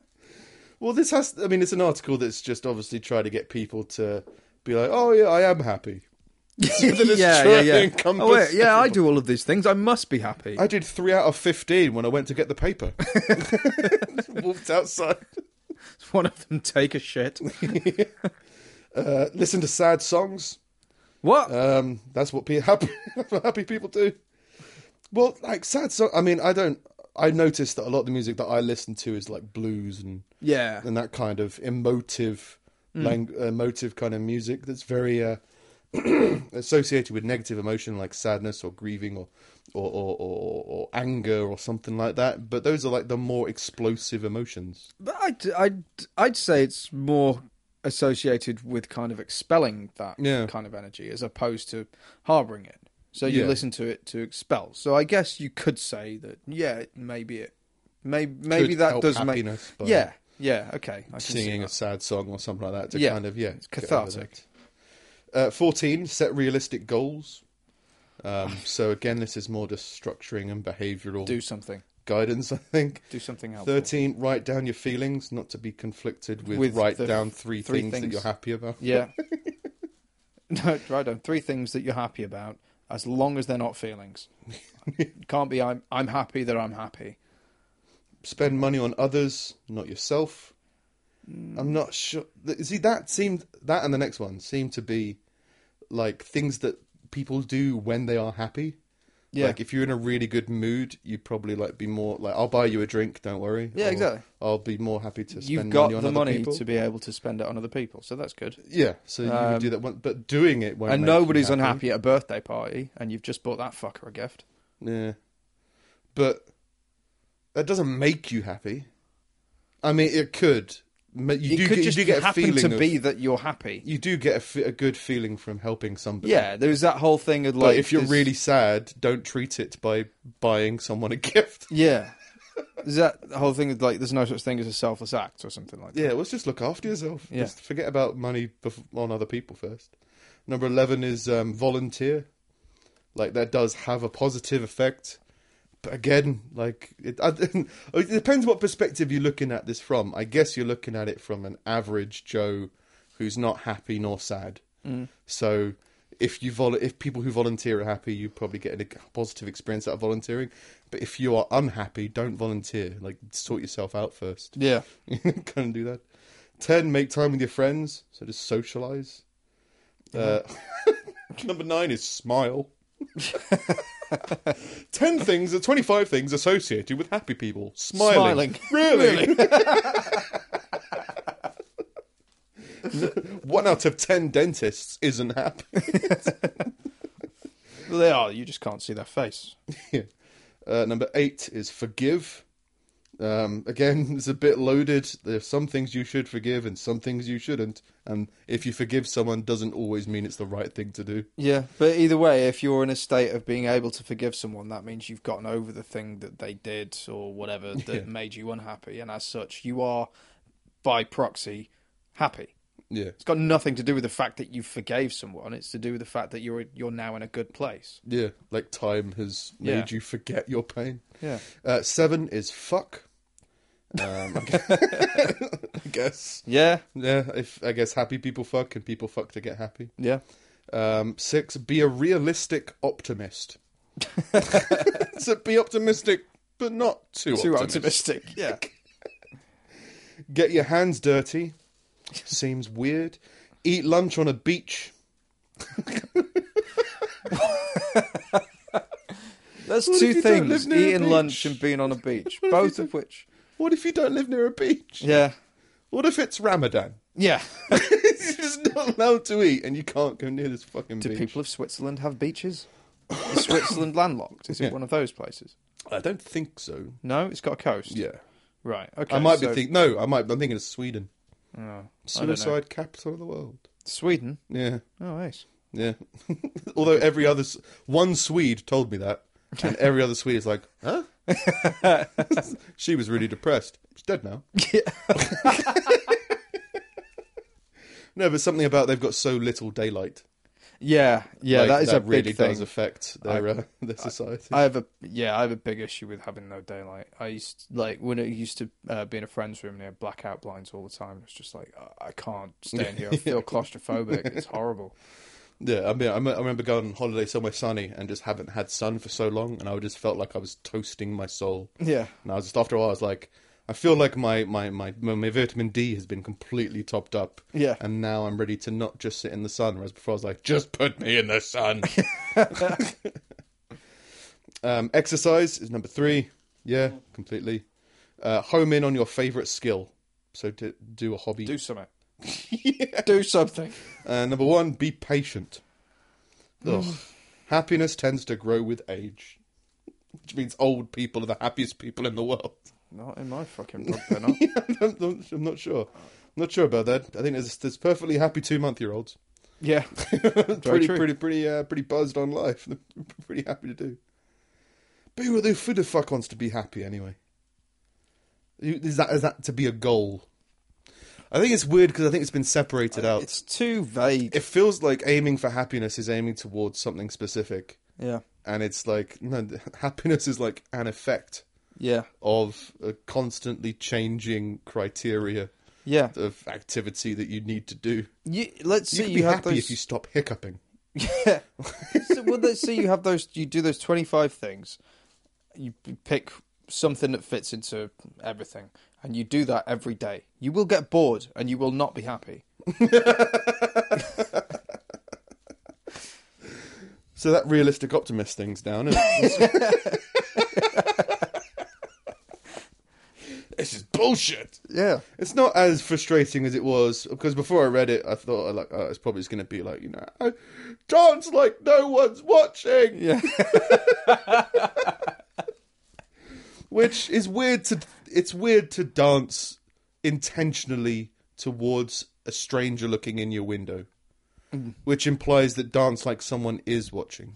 Speaker 1: well, this has. I mean, it's an article that's just obviously trying to get people to be like, "Oh yeah, I am happy." it's trying to encompass
Speaker 3: Oh, wait, yeah, I
Speaker 1: everyone.
Speaker 3: do all of these things. I must be happy.
Speaker 1: I did three out of fifteen when I went to get the paper. Walked outside.
Speaker 3: One of them take a shit.
Speaker 1: Uh, listen to sad songs.
Speaker 3: What?
Speaker 1: Um, that's what pe- happy happy people do. Well, like sad song. I mean, I don't. I noticed that a lot of the music that I listen to is like blues and
Speaker 3: yeah.
Speaker 1: and that kind of emotive,
Speaker 3: Mm.
Speaker 1: lang- emotive kind of music that's very uh, associated with negative emotion, like sadness or grieving or or, or, or or anger or something like that. But those are like the more explosive emotions.
Speaker 3: But I'd, I'd, I'd say it's more associated with kind of expelling that
Speaker 1: Yeah.
Speaker 3: kind of energy as opposed to harboring it. So you
Speaker 1: Yeah.
Speaker 3: listen to it to expel. So I guess you could say that, yeah, maybe it, maybe, maybe
Speaker 1: Could
Speaker 3: that
Speaker 1: help
Speaker 3: does make.
Speaker 1: happiness by
Speaker 3: Yeah, yeah, okay. I can see
Speaker 1: singing a
Speaker 3: that.
Speaker 1: sad song or something like that to
Speaker 3: Yeah,
Speaker 1: kind of yeah, it's
Speaker 3: cathartic.
Speaker 1: Uh, Fourteen, set realistic goals. Um, so again, this is more just structuring and behavioural
Speaker 3: Do something.
Speaker 1: guidance, I think.
Speaker 3: Do something helpful.
Speaker 1: 13 write down your feelings not to be conflicted with,
Speaker 3: With
Speaker 1: write
Speaker 3: the
Speaker 1: down three,
Speaker 3: three
Speaker 1: things, that
Speaker 3: things.
Speaker 1: you're happy about
Speaker 3: Yeah. no, right down. Three things that you're happy about, as long as they're not feelings. Can't be. I'm. I'm happy that I'm happy.
Speaker 1: spend money on others not yourself i'm not sure th- see that seemed that and the next one seem to be like things that people do when they are happy
Speaker 3: Yeah.
Speaker 1: like if you're in a really good mood you'd probably like be more like i'll buy you a drink don't worry
Speaker 3: Yeah,
Speaker 1: Or,
Speaker 3: exactly.
Speaker 1: i'll be more happy to spend
Speaker 3: You've got
Speaker 1: money on
Speaker 3: the
Speaker 1: other
Speaker 3: money
Speaker 1: people.
Speaker 3: to be able to spend it on other people, so that's good.
Speaker 1: yeah so you would
Speaker 3: Um,
Speaker 1: do that one but doing it when
Speaker 3: and nobody's unhappy at a birthday party, and you've just bought that fucker a gift.
Speaker 1: Yeah. But that doesn't make you happy. I mean, it could. Ma- You
Speaker 3: it
Speaker 1: do
Speaker 3: could
Speaker 1: get,
Speaker 3: just
Speaker 1: you do get a
Speaker 3: happen
Speaker 1: feeling
Speaker 3: to
Speaker 1: of-
Speaker 3: be that you're happy.
Speaker 1: You do get a, fe- a good feeling from helping somebody.
Speaker 3: Yeah, there's that whole thing of
Speaker 1: But
Speaker 3: like
Speaker 1: if you're
Speaker 3: this-
Speaker 1: really sad, don't treat it by buying someone a gift.
Speaker 3: yeah. Is that the whole thing of like there's no such thing as a selfless act or something like
Speaker 1: Yeah, let's just look after yourself.
Speaker 3: Yeah.
Speaker 1: Just forget about money bef- on other people first. Number 11 is um, volunteer. Like, that does have a positive effect. But again, like, it, I, it depends what perspective you're looking at this from. I guess you're looking at it from an average Joe who's not happy nor sad.
Speaker 3: Mm.
Speaker 1: So. If you vol- if people who volunteer are happy, you probably get a positive experience out of volunteering. But if you are unhappy, don't volunteer. Like sort yourself out first.
Speaker 3: that. Yeah.
Speaker 1: You couldn't do that. Ten, make time with your friends. So just socialize. Uh, number nine is smile. Ten things or twenty-five things associated with happy people. Smiling.
Speaker 3: Smiling.
Speaker 1: Really? One out of ten dentists isn't happy.
Speaker 3: Well, they are. You just can't see their face.
Speaker 1: Yeah. Uh, number eight is forgive. Um, again, it's a bit loaded. There's some things you should forgive and some things you shouldn't. And if you forgive someone, doesn't always mean it's the right thing to do.
Speaker 3: Yeah, but either way, if you're in a state of being able to forgive someone, that means you've gotten over the thing that they did or whatever that
Speaker 1: Yeah.
Speaker 3: made you unhappy, and as such, you are by proxy happy.
Speaker 1: Yeah,
Speaker 3: It's got nothing to do with the fact that you forgave someone. It's to do with the fact that you're you're now in a good place.
Speaker 1: yeah. Like time has made
Speaker 3: Yeah.
Speaker 1: you forget your pain.
Speaker 3: Yeah.
Speaker 1: Uh, seven is fuck. Um, I guess.
Speaker 3: Yeah.
Speaker 1: Yeah, if I guess happy people fuck and people fuck to get happy.
Speaker 3: Yeah.
Speaker 1: Um, six, be a realistic optimist. so be optimistic, but not too,
Speaker 3: Too
Speaker 1: optimistic.
Speaker 3: optimistic. Yeah.
Speaker 1: Get your hands dirty. Seems weird. Eat lunch on a beach.
Speaker 3: That's
Speaker 1: What if
Speaker 3: two
Speaker 1: you don't live
Speaker 3: things:
Speaker 1: near a
Speaker 3: eating lunch
Speaker 1: beach?
Speaker 3: and being on a beach,
Speaker 1: if
Speaker 3: both
Speaker 1: you
Speaker 3: of which.
Speaker 1: What if you don't live near a beach?
Speaker 3: Yeah.
Speaker 1: What if it's Ramadan?
Speaker 3: Yeah.
Speaker 1: You're just not allowed to eat and you can't go near this fucking
Speaker 3: do
Speaker 1: beach.
Speaker 3: people of Switzerland have beaches? Is Switzerland landlocked? Is it
Speaker 1: Yeah.
Speaker 3: one of those places?
Speaker 1: I don't think so.
Speaker 3: No, it's got a coast.
Speaker 1: Yeah.
Speaker 3: Right. Okay.
Speaker 1: I might
Speaker 3: so-
Speaker 1: be thinking. No, I might. I'm thinking of Sweden.
Speaker 3: Oh, I don't know.
Speaker 1: Suicide capital of the world.
Speaker 3: Sweden.
Speaker 1: Yeah.
Speaker 3: Oh, nice.
Speaker 1: Yeah. Although every other S- one Swede told me that, and every other Swede is like, huh? she was really depressed. She's dead now. no, but something about they've got so little daylight.
Speaker 3: Yeah, yeah,
Speaker 1: Like,
Speaker 3: that is
Speaker 1: that
Speaker 3: a
Speaker 1: really
Speaker 3: big
Speaker 1: does
Speaker 3: thing.
Speaker 1: affect their uh, their society.
Speaker 3: I have a yeah, I have a big issue with having no daylight. I used like when it used to uh, be in a friend's room and they had blackout blinds all the time. It's just like I- I can't stand here. I feel claustrophobic. It's horrible.
Speaker 1: yeah, I mean, I me- I remember going on holiday somewhere sunny and just haven't had sun for so long, and I just felt like I was toasting my soul.
Speaker 3: Yeah,
Speaker 1: And I was just after a while, I was like, I feel like my my my my vitamin D has been completely topped up.
Speaker 3: yeah.
Speaker 1: And now I'm ready to not just sit in the sun, whereas before I was like, just put me in the sun. um, exercise is number three. Yeah, completely. Uh, home in on your favorite skill. So to do a hobby.
Speaker 3: Do something. Do something.
Speaker 1: Uh, number one, be patient. Ugh. Happiness tends to grow with age, which means old people are the happiest people in the world.
Speaker 3: Not in my fucking book, they're not.
Speaker 1: I'm not- I'm not sure. I'm not sure about that. I think there's, there's perfectly happy two month year olds.
Speaker 3: Yeah,
Speaker 1: pretty,
Speaker 3: true.
Speaker 1: pretty, pretty, uh, pretty buzzed on life. pretty happy to do. But who the, who the fuck wants to be happy anyway? You- Is that is that to be a goal? I think it's weird because I think it's been separated out.
Speaker 3: it's too vague.
Speaker 1: It feels like aiming for happiness is aiming towards something specific,
Speaker 3: Yeah,
Speaker 1: and it's like no, happiness is like an effect
Speaker 3: yeah,
Speaker 1: of a constantly changing criteria
Speaker 3: yeah.
Speaker 1: of activity that you need to do.
Speaker 3: You, let's
Speaker 1: You
Speaker 3: see.
Speaker 1: can
Speaker 3: You,
Speaker 1: be
Speaker 3: have
Speaker 1: happy
Speaker 3: those.
Speaker 1: if you stop hiccuping.
Speaker 3: Yeah. so, well, let's say you have those. You do those twenty-five things. You p- pick something that fits into everything, and you do that every day. You will get bored, and you will not be happy.
Speaker 1: So that realistic optimist thing's down. Isn't it? this is bullshit.
Speaker 3: Yeah.
Speaker 1: It's not as frustrating as it was because before I read it, I thought like oh, it's probably just going to be like you know, I dance like no one's watching,
Speaker 3: Yeah.
Speaker 1: which is weird to. It's weird to dance intentionally towards a stranger looking in your window. Which implies that dance like someone is watching.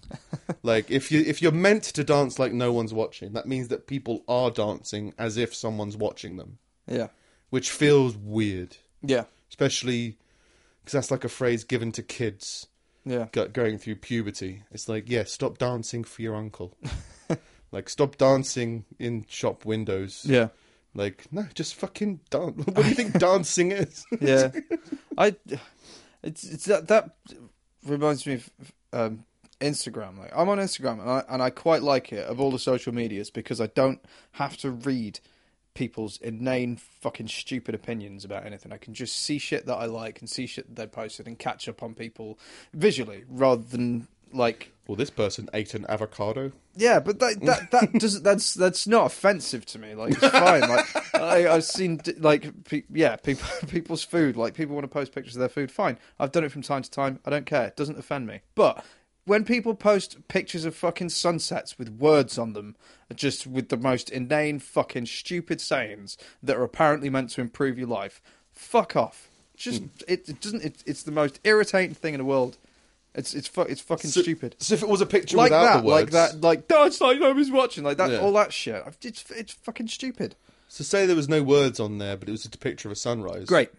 Speaker 1: like if you if you're meant to dance like no one's watching, that means that people are dancing as if someone's watching them,
Speaker 3: Yeah.
Speaker 1: which feels weird.
Speaker 3: Yeah.
Speaker 1: especially because that's like a phrase given to kids
Speaker 3: Yeah.
Speaker 1: go- going through puberty. It's like, yeah, stop dancing for your uncle. like, stop dancing in shop windows.
Speaker 3: Yeah.
Speaker 1: Like, no, just fucking dance. What do you think dancing is?
Speaker 3: Yeah. I. It's it's that that reminds me of um, Instagram. Like I'm on Instagram, and I and I quite like it of all the social medias because I don't have to read people's inane fucking stupid opinions about anything. I can just see shit that I like and see shit that they posted and catch up on people visually rather than like
Speaker 1: well, this person ate an avocado.
Speaker 3: yeah, but that that that doesn't that's that's not offensive to me. Like it's fine. Like I, I've seen d- like pe- yeah people people's food. Like people want to post pictures of their food. Fine, I've done it from time to time. I don't care. It doesn't offend me. But when people post pictures of fucking sunsets with words on them, just with the most inane fucking stupid sayings that are apparently meant to improve your life, fuck off. Just it, it doesn't. It, it's the most irritating thing in the world. It's it's fu- it's fucking stupid
Speaker 1: So if it was a picture
Speaker 3: like
Speaker 1: without
Speaker 3: that,
Speaker 1: the words,
Speaker 3: like that, like that's like nobody's watching, like that,
Speaker 1: Yeah.
Speaker 3: all that shit. I've- It's it's fucking stupid.
Speaker 1: So say there was no words on there, but it was just a picture of a sunrise.
Speaker 3: Great.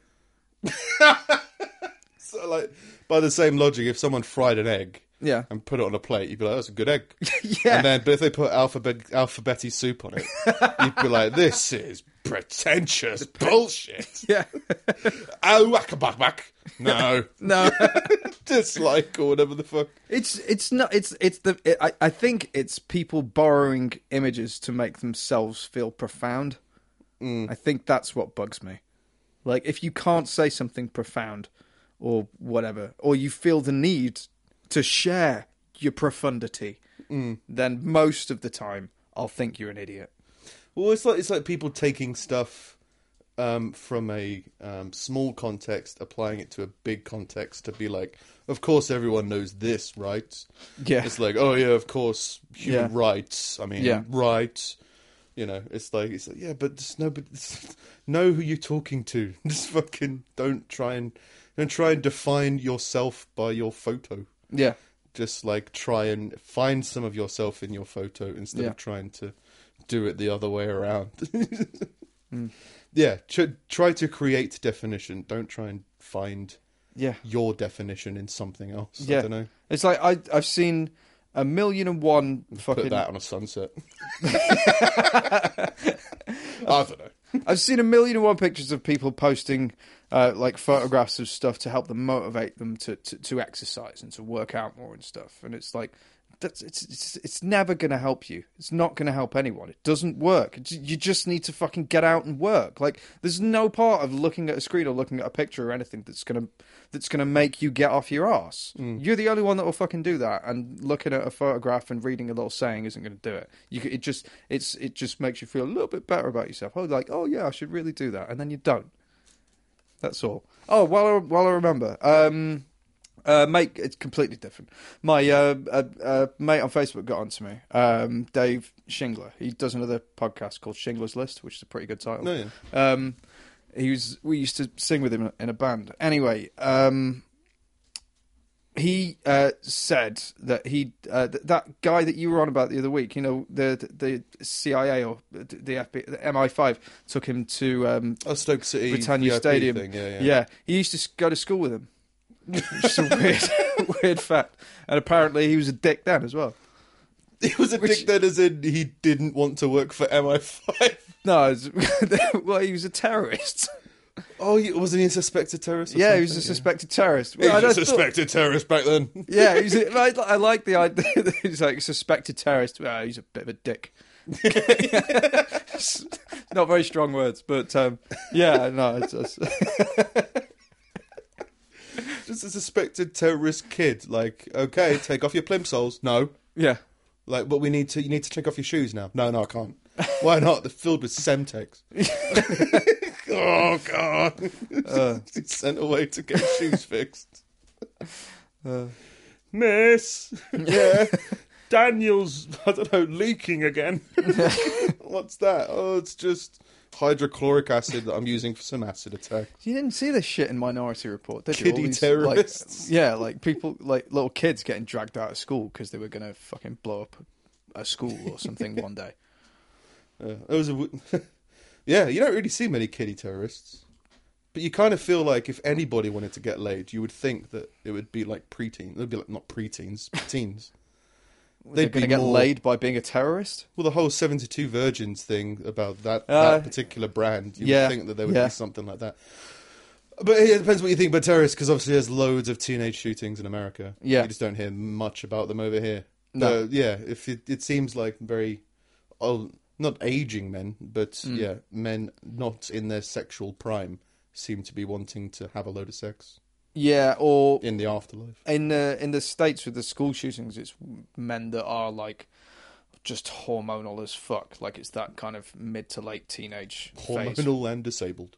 Speaker 1: So like by the same logic, if someone fried an egg,
Speaker 3: Yeah.
Speaker 1: and put it on a plate, you'd be like, "That's a good egg."
Speaker 3: Yeah.
Speaker 1: And then, but if they put alphabet alphabeti soup on it, you'd be like, "This is pretentious bullshit."
Speaker 3: Yeah.
Speaker 1: Oh, whack a buck back. No,
Speaker 3: No.
Speaker 1: dislike or whatever the fuck.
Speaker 3: it's it's not it's it's the it, I I think it's people borrowing images to make themselves feel profound.
Speaker 1: Mm.
Speaker 3: I think that's what bugs me. Like if you can't say something profound or whatever, or you feel the need to share your profundity,
Speaker 1: Mm.
Speaker 3: then most of the time I'll think you're an idiot.
Speaker 1: Well, it's like it's like people taking stuff um, from a um, small context, applying it to a big context to be like, "Of course, everyone knows this, right?"
Speaker 3: Yeah.
Speaker 1: It's like, oh yeah, of course, human
Speaker 3: Yeah.
Speaker 1: rights. I mean,
Speaker 3: Yeah.
Speaker 1: rights. You know, it's like it's like yeah, but just no, but just know who you're talking to. Just fucking don't try and don't try and define yourself by your photo.
Speaker 3: Yeah.
Speaker 1: Just like try and find some of yourself in your photo instead
Speaker 3: Yeah.
Speaker 1: of trying to do it the other way around.
Speaker 3: Mm.
Speaker 1: Yeah, tr- try to create definition. Don't try and find
Speaker 3: Yeah.
Speaker 1: your definition in something else. I
Speaker 3: Yeah.
Speaker 1: don't know.
Speaker 3: It's like I I've seen a million and one fucking
Speaker 1: Put that on a sunset. I don't know.
Speaker 3: I've seen a million and one pictures of people posting uh, like photographs of stuff to help them motivate them to, to, to exercise and to work out more and stuff. And it's like that's it's it's, it's never going to help you. It's not going to help anyone. It doesn't work. It's- you just need to fucking get out and work. Like there's no part of looking at a screen or looking at a picture or anything that's gonna that's gonna make you get off your ass. You're the only one that will fucking do that. And looking at a photograph and reading a little saying isn't going to do it. You c- it just it's it just makes you feel a little bit better about yourself. Oh, like oh yeah, I should really do that, and then you don't. That's all. Oh, while I, while I remember, um, uh, mate, it's completely different. My uh, uh, uh, mate on Facebook got onto me, um, Dave Shingler. He does another podcast called Shingler's List, which is a pretty good title.
Speaker 1: No, yeah.
Speaker 3: Um, he was. We used to sing with him in a band. Anyway, um, he uh, said that he uh, th- that guy that you were on about the other week. You know, the the CIA or the FBI, the MI5 took him to um,
Speaker 1: Oh, Stoke City
Speaker 3: Britannia
Speaker 1: VIP
Speaker 3: Stadium.
Speaker 1: Thing. Yeah, yeah.
Speaker 3: yeah. he used to s- go to school with him. Just a weird, weird fact. And apparently, he was a dick then as well.
Speaker 1: He was a
Speaker 3: Which-
Speaker 1: dick then, as in he didn't want to work for MI5.
Speaker 3: No, it was- well, he was a terrorist.
Speaker 1: Oh, he- wasn't he a suspected terrorist? Or
Speaker 3: yeah, he was a
Speaker 1: something?
Speaker 3: suspected terrorist.
Speaker 1: Yeah.
Speaker 3: Well, I
Speaker 1: He was a
Speaker 3: just thought-
Speaker 1: suspected terrorist back then.
Speaker 3: yeah, he's a, I, I like the idea that he's like suspected terrorist. Well, he's a bit of a dick. Not very strong words, but um, yeah, no, it's, it's,
Speaker 1: Just a suspected terrorist kid. Like, okay, take off your plimsolls. No.
Speaker 3: yeah.
Speaker 1: Like, but we need to. You need to take off your shoes now. No, no, I can't. Why not? They're filled with Semtex. oh God!
Speaker 3: Uh.
Speaker 1: He's sent away to get his shoes fixed.
Speaker 3: Uh,
Speaker 1: Miss, yeah, Daniel's. I don't know, leaking again. What's that? Oh, it's just hydrochloric acid that I'm using for some acid attack.
Speaker 3: you didn't see this shit in Minority Report, did you?
Speaker 1: Kiddie
Speaker 3: All these,
Speaker 1: terrorists.
Speaker 3: Like, yeah, like people, like little kids getting dragged out of school because they were going to fucking blow up a school or something one day.
Speaker 1: Uh, it was a w yeah, you don't really see many kiddie terrorists. But you kind of feel like if anybody wanted to get laid, you would think that it would be like preteen. They'd be like not preteens, teens.
Speaker 3: They're
Speaker 1: be
Speaker 3: going to get
Speaker 1: more-
Speaker 3: laid by being a terrorist.
Speaker 1: Well, the whole seventy-two virgins thing about that,
Speaker 3: Uh,
Speaker 1: that particular brand. You
Speaker 3: yeah,
Speaker 1: would think that there would
Speaker 3: yeah.
Speaker 1: be something like that. But it depends what you think about terrorists, because obviously there's loads of teenage shootings in America.
Speaker 3: Yeah.
Speaker 1: you just don't hear much about them over here.
Speaker 3: No.
Speaker 1: Uh, yeah, if it, it seems like very, oh, not aging men, but
Speaker 3: Hmm.
Speaker 1: yeah, men not in their sexual prime seem to be wanting to have a load of sex
Speaker 3: Yeah, or
Speaker 1: in the afterlife.
Speaker 3: in the in the states with the school shootings, it's men that are like just hormonal as fuck. Like it's that kind of mid to late teenage phase
Speaker 1: Hormonal and disabled.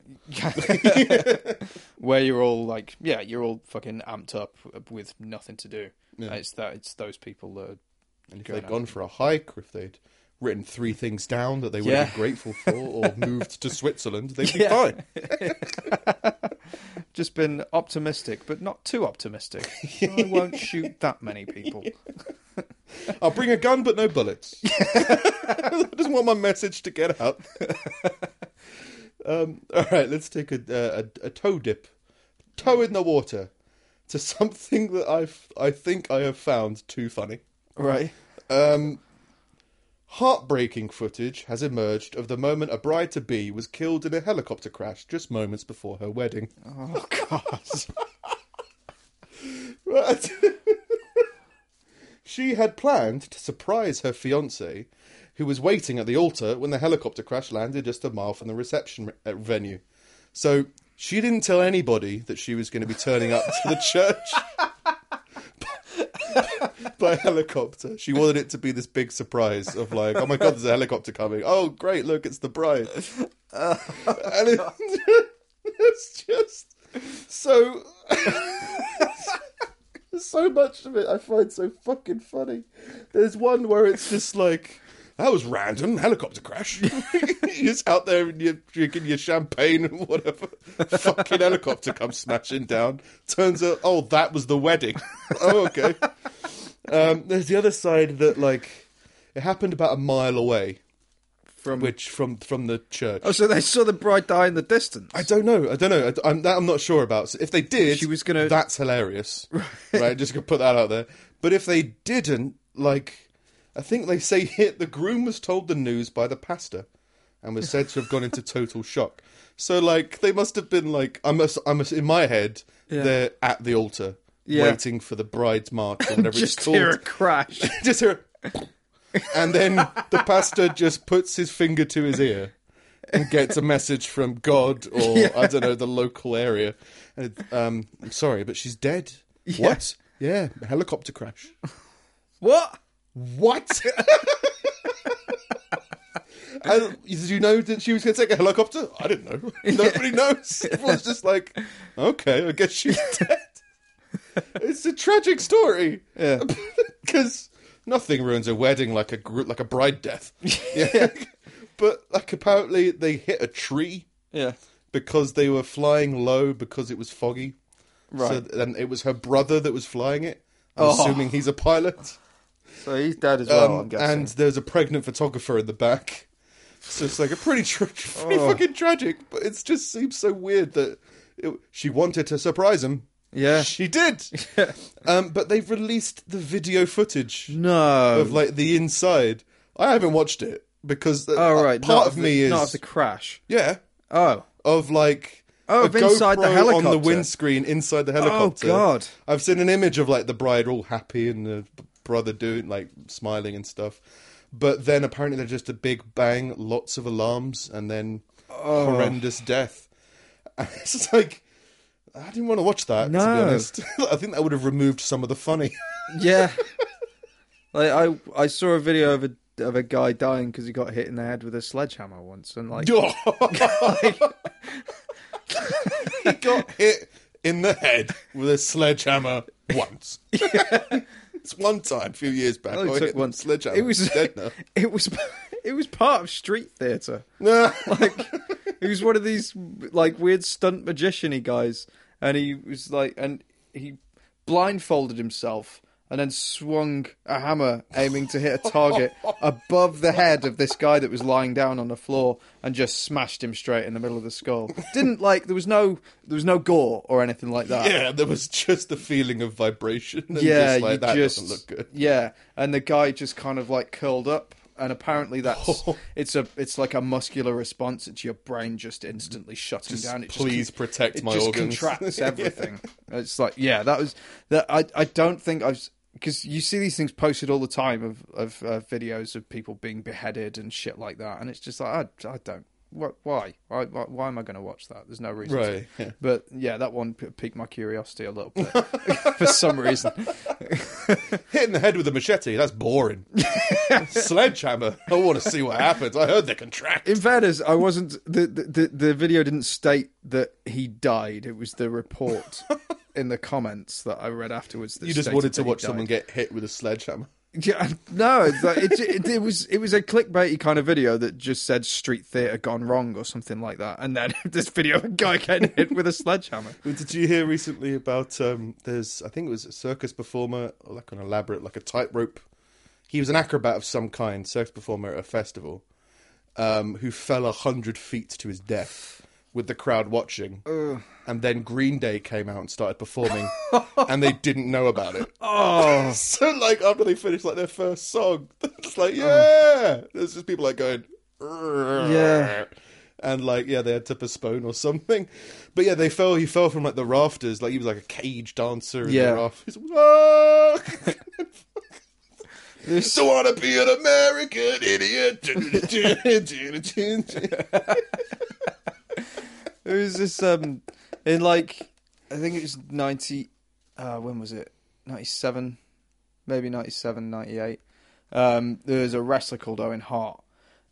Speaker 3: where you're all like, yeah, you're all fucking amped up with nothing to do.
Speaker 1: Yeah.
Speaker 3: It's that it's those people that. Are,
Speaker 1: And if
Speaker 3: Go
Speaker 1: they'd
Speaker 3: now.
Speaker 1: gone for a hike, or if they'd written three things down that they would
Speaker 3: Yeah.
Speaker 1: be grateful for, or moved to Switzerland, they'd be
Speaker 3: Yeah.
Speaker 1: fine.
Speaker 3: Just been optimistic, but not too optimistic. I won't shoot that many people.
Speaker 1: I'll bring a gun, but no bullets. I just want my message to get out. um, all right, let's take a, uh, a a toe dip, toe in the water, to something that I I think I have found too funny.
Speaker 3: Right?
Speaker 1: Um, heartbreaking footage has emerged of the moment a bride to be was killed in a helicopter crash just moments before her wedding.
Speaker 3: Oh god.
Speaker 1: Right. she had planned to surprise her fiance, who was waiting at the altar when the helicopter crash landed just a mile from the reception uh, venue. So she didn't tell anybody that she was going to be turning up to the church by helicopter. She wanted it to be this big surprise of like, oh my god, there's a helicopter coming. Oh great, look, it's the bride. and it, it's just so so much of it I find so fucking funny. There's one where it's just like that was random helicopter crash. you're just out there and you're drinking your champagne and whatever. fucking helicopter comes smashing down. Turns out, oh, that was the wedding. oh, okay. Um, there's the other side that like it happened about a mile away
Speaker 3: from.
Speaker 1: which from from the church.
Speaker 3: oh, so they saw the bride die in the distance.
Speaker 1: I don't know. I don't know. I, am that I'm not sure about. So if they did,
Speaker 3: She was gonna-
Speaker 1: That's hilarious, right? Just gonna put that out there. But if they didn't, like, I think they say here the groom was told the news by the pastor, and was said to have gone into total shock. So like, they must have been like, I must, I must. In my head,
Speaker 3: Yeah.
Speaker 1: they're at the altar,
Speaker 3: Yeah.
Speaker 1: waiting for the bride's march or whatever
Speaker 3: just
Speaker 1: it's called
Speaker 3: hear a crash.
Speaker 1: just hear, it. and then the pastor just puts his finger to his ear and gets a message from God or I don't know the local area. And, um, I'm sorry, but she's dead. What? Yeah, a helicopter crash.
Speaker 3: what?
Speaker 1: What? And did you know that she was going to take a helicopter? I didn't know. Nobody knows. Everyone's just like, okay, I guess she's dead. it's a tragic story.
Speaker 3: Yeah.
Speaker 1: because nothing ruins a wedding like a gr- like a bride death. Yeah. but like apparently they hit a tree
Speaker 3: Yeah.
Speaker 1: because they were flying low because it was foggy. So
Speaker 3: Right.
Speaker 1: th- and it was her brother that was flying it. I'm
Speaker 3: Oh.
Speaker 1: assuming he's a pilot.
Speaker 3: So he's dead as well. I'm
Speaker 1: Um,
Speaker 3: guessing.
Speaker 1: and there's a pregnant photographer in the back. So it's like a pretty, tra- pretty
Speaker 3: Oh.
Speaker 1: fucking tragic, but it just seems so weird that it, she wanted to surprise him.
Speaker 3: Yeah.
Speaker 1: She did. um, but they've released the video footage
Speaker 3: no.
Speaker 1: of like the inside. I haven't watched it because uh,
Speaker 3: oh right.
Speaker 1: part
Speaker 3: not
Speaker 1: of
Speaker 3: the-
Speaker 1: me is
Speaker 3: not of the crash.
Speaker 1: yeah
Speaker 3: Oh.
Speaker 1: of like
Speaker 3: Oh,
Speaker 1: a
Speaker 3: of inside the
Speaker 1: GoPro on the
Speaker 3: helicopter. Oh,
Speaker 1: windscreen inside the helicopter.
Speaker 3: God.
Speaker 1: I've seen an image of like the bride all happy and the b- brother doing like smiling and stuff, but then apparently there's just a big bang, lots of alarms, and then
Speaker 3: Oh.
Speaker 1: horrendous death. And it's just like. I didn't want to watch that. To be
Speaker 3: No.
Speaker 1: honest, I think that would have removed some of the funny.
Speaker 3: Yeah. like I I saw a video of a of a guy dying because he got hit in the head with a sledgehammer once, and like
Speaker 1: he got hit in the head with a sledgehammer once. it's one time, a few years back.
Speaker 3: only
Speaker 1: I
Speaker 3: took
Speaker 1: hit
Speaker 3: one-
Speaker 1: one sledgehammer.
Speaker 3: it was
Speaker 1: dead now.
Speaker 3: it was it was part of street theater.
Speaker 1: Nah.
Speaker 3: Like he was one of these like weird stunt magician guys, and he was like and he blindfolded himself. And then swung a hammer, aiming to hit a target above the head of this guy that was lying down on the floor, and just smashed him straight in the middle of the skull. Didn't like there was no there was no gore or anything like that.
Speaker 1: yeah, there was just the feeling of vibration. And
Speaker 3: yeah,
Speaker 1: just like,
Speaker 3: you
Speaker 1: that
Speaker 3: just
Speaker 1: doesn't look good.
Speaker 3: yeah, and the guy just kind of like curled up, and apparently that's
Speaker 1: Oh.
Speaker 3: it's a it's like a muscular response. It's your brain just instantly shutting down. It just
Speaker 1: please protect
Speaker 3: it
Speaker 1: my
Speaker 3: just
Speaker 1: organs.
Speaker 3: contracts everything. It's like yeah, that was that. I I don't think I've because you see these things posted all the time of of uh, videos of people being beheaded and shit like that, and it's just like I I don't. What, why? why? Why? Why am I going to watch that? There's no reason. to.
Speaker 1: Right, yeah.
Speaker 3: But yeah, that one p- piqued my curiosity a little bit for some reason.
Speaker 1: Hitting the head with a machete, that's boring. sledgehammer, I want to see what happens. I heard they contract.
Speaker 3: In fairness, I wasn't. The, the the- the video didn't state that he died. It was the report in the comments that I read afterwards. That
Speaker 1: you just
Speaker 3: stated
Speaker 1: wanted
Speaker 3: that
Speaker 1: to
Speaker 3: he
Speaker 1: watch
Speaker 3: died.
Speaker 1: someone get hit with a sledgehammer.
Speaker 3: Yeah, no, it's like, it, it, it was it was a clickbaity kind of video that just said street theater gone wrong or something like that, and then this video of a guy getting hit with a sledgehammer.
Speaker 1: Well, Did you hear recently about um, there's I think it was a circus performer, like an elaborate, like a tightrope. He was an acrobat of some kind, circus performer at a festival, um, who fell a hundred feet to his death with the crowd watching. And then Green Day came out and started performing, and they didn't know about it.
Speaker 3: Oh,
Speaker 1: So like after they finished like their first song, it's like yeah, there's just people like going yeah, and like yeah, they had to postpone or something. But yeah, they fell. He fell from like the rafters. Like he was like a cage dancer. In
Speaker 3: Yeah.
Speaker 1: the rafters. Whoa!
Speaker 3: This-
Speaker 1: Don't want to be an American idiot.
Speaker 3: There was this um in like I think it was ninety uh when was it? Ninety seven, maybe 97, 98. Um there was a wrestler called Owen Hart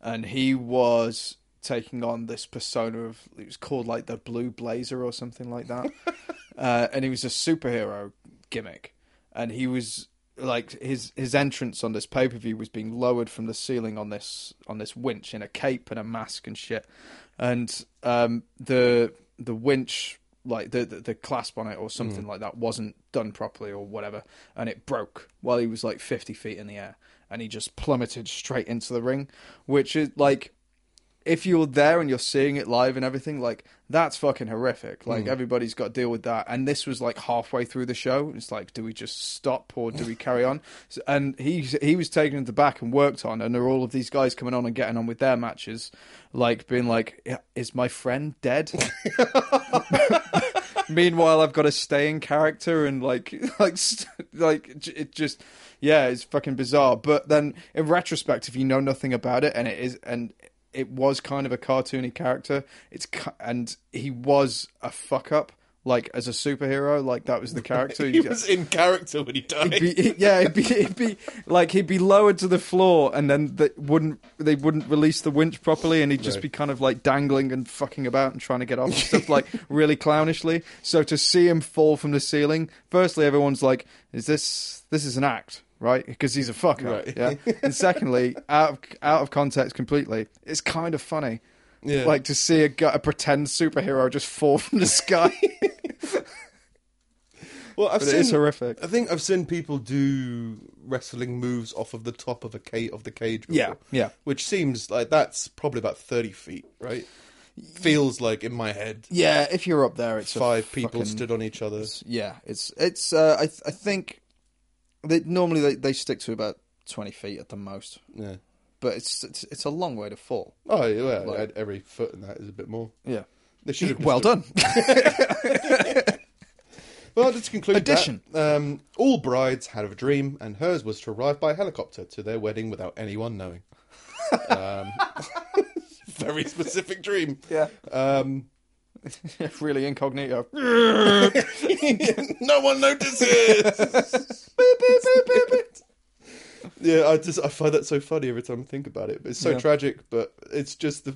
Speaker 3: and he was taking on this persona of it was called like the blue blazer or something like that. uh and he was a superhero gimmick. And he was like his his entrance on this pay per view was being lowered from the ceiling on this on this winch in a cape and a mask and shit, and um, the the winch like the the, the clasp on it or something like that wasn't done properly or whatever, and it broke while he was like fifty feet in the air, and he just plummeted straight into the ring, which is like if you're there and you're seeing it live and everything, like that's fucking horrific. Like everybody's got to deal with that. And this was like halfway through the show. It's like, do we just stop or do we carry on? So, and he he was taken into back and worked on. And there were all of these guys coming on and getting on with their matches, like being like, is my friend dead? Meanwhile, I've got to stay in character and like, like, st- like j- it just, yeah, it's fucking bizarre. But then, in retrospect, if you know nothing about it, and it is, and it was kind of a cartoony character, it's ki- and he was a fuck up, like as a superhero, like that was the character.
Speaker 1: He was in character when he died.
Speaker 3: He'd be, yeah, it'd be, it'd be like he'd be lowered to the floor, and then they wouldn't they wouldn't release the winch properly, and he'd just
Speaker 1: No.
Speaker 3: be kind of like dangling and fucking about and trying to get off and stuff like really clownishly. So to see him fall from the ceiling, firstly, everyone's like, "Is this this is an act?" Right, because he's a fucker.
Speaker 1: Right.
Speaker 3: Yeah, and secondly, out of, out of context completely, it's kind of funny.
Speaker 1: Yeah.
Speaker 3: like to see a, gu- a pretend superhero just fall from the sky.
Speaker 1: well, I've
Speaker 3: but
Speaker 1: seen,
Speaker 3: it is horrific.
Speaker 1: I think I've seen people do wrestling moves off of the top of a cage of the cage. Before,
Speaker 3: Yeah, yeah.
Speaker 1: Which seems like that's probably about thirty feet, right? Feels like in my head,
Speaker 3: Yeah, if you're up there, it's a
Speaker 1: five people
Speaker 3: fucking-
Speaker 1: stood on each other.
Speaker 3: Yeah, it's it's. Uh, I th- I think that normally they, they stick to about twenty feet at the most,
Speaker 1: Yeah.
Speaker 3: but it's it's, it's a long way to fall.
Speaker 1: Oh yeah,
Speaker 3: Like-
Speaker 1: every foot in that is a bit more.
Speaker 3: Yeah.
Speaker 1: They should have just
Speaker 3: Well done.
Speaker 1: Well, let's conclude.
Speaker 3: Addition.
Speaker 1: That, um, all brides had a dream, and hers was to arrive by helicopter to their wedding without anyone knowing. um, very specific dream.
Speaker 3: Yeah.
Speaker 1: Um,
Speaker 3: really incognito.
Speaker 1: no one notices. yeah, I just I find that so funny every time I think about it. It's so
Speaker 3: Yeah.
Speaker 1: tragic, but it's just the.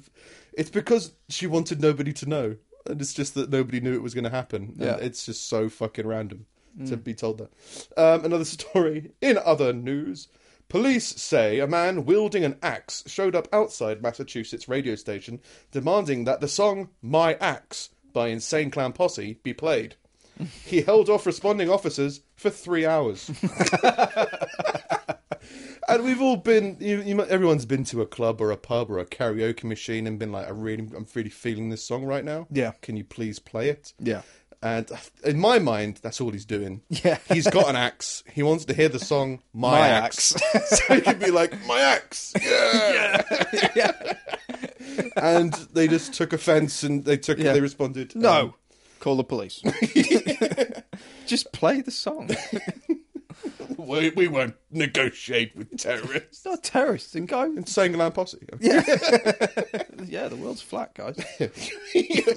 Speaker 1: It's because she wanted nobody to know, and it's just that nobody knew it was going to happen. and
Speaker 3: Yeah. Mm.
Speaker 1: it's just so fucking random to be told that. Um, another story. In other news. Police say a man wielding an axe showed up outside Massachusetts radio station demanding that the song My Axe by Insane Clown Posse be played. He held off responding officers for three hours. and we've all been, you, you, mu- everyone's been to a club or a pub or a karaoke machine and been like, I really, I'm really feeling this song right now.
Speaker 3: Yeah.
Speaker 1: Can you please play it?
Speaker 3: Yeah.
Speaker 1: And in my mind, that's all he's doing.
Speaker 3: Yeah.
Speaker 1: He's got an axe. He wants to hear the song My,
Speaker 3: My
Speaker 1: Axe. so he can be like, My axe. Yeah. and they just took offense and they took,
Speaker 3: Yeah.
Speaker 1: they responded, um,
Speaker 3: No. Call the police. Just play the song. It's
Speaker 1: We, we won't negotiate with terrorists.
Speaker 3: not terrorists and go.
Speaker 1: Sangalan posse.
Speaker 3: Yeah. yeah, the world's flat, guys.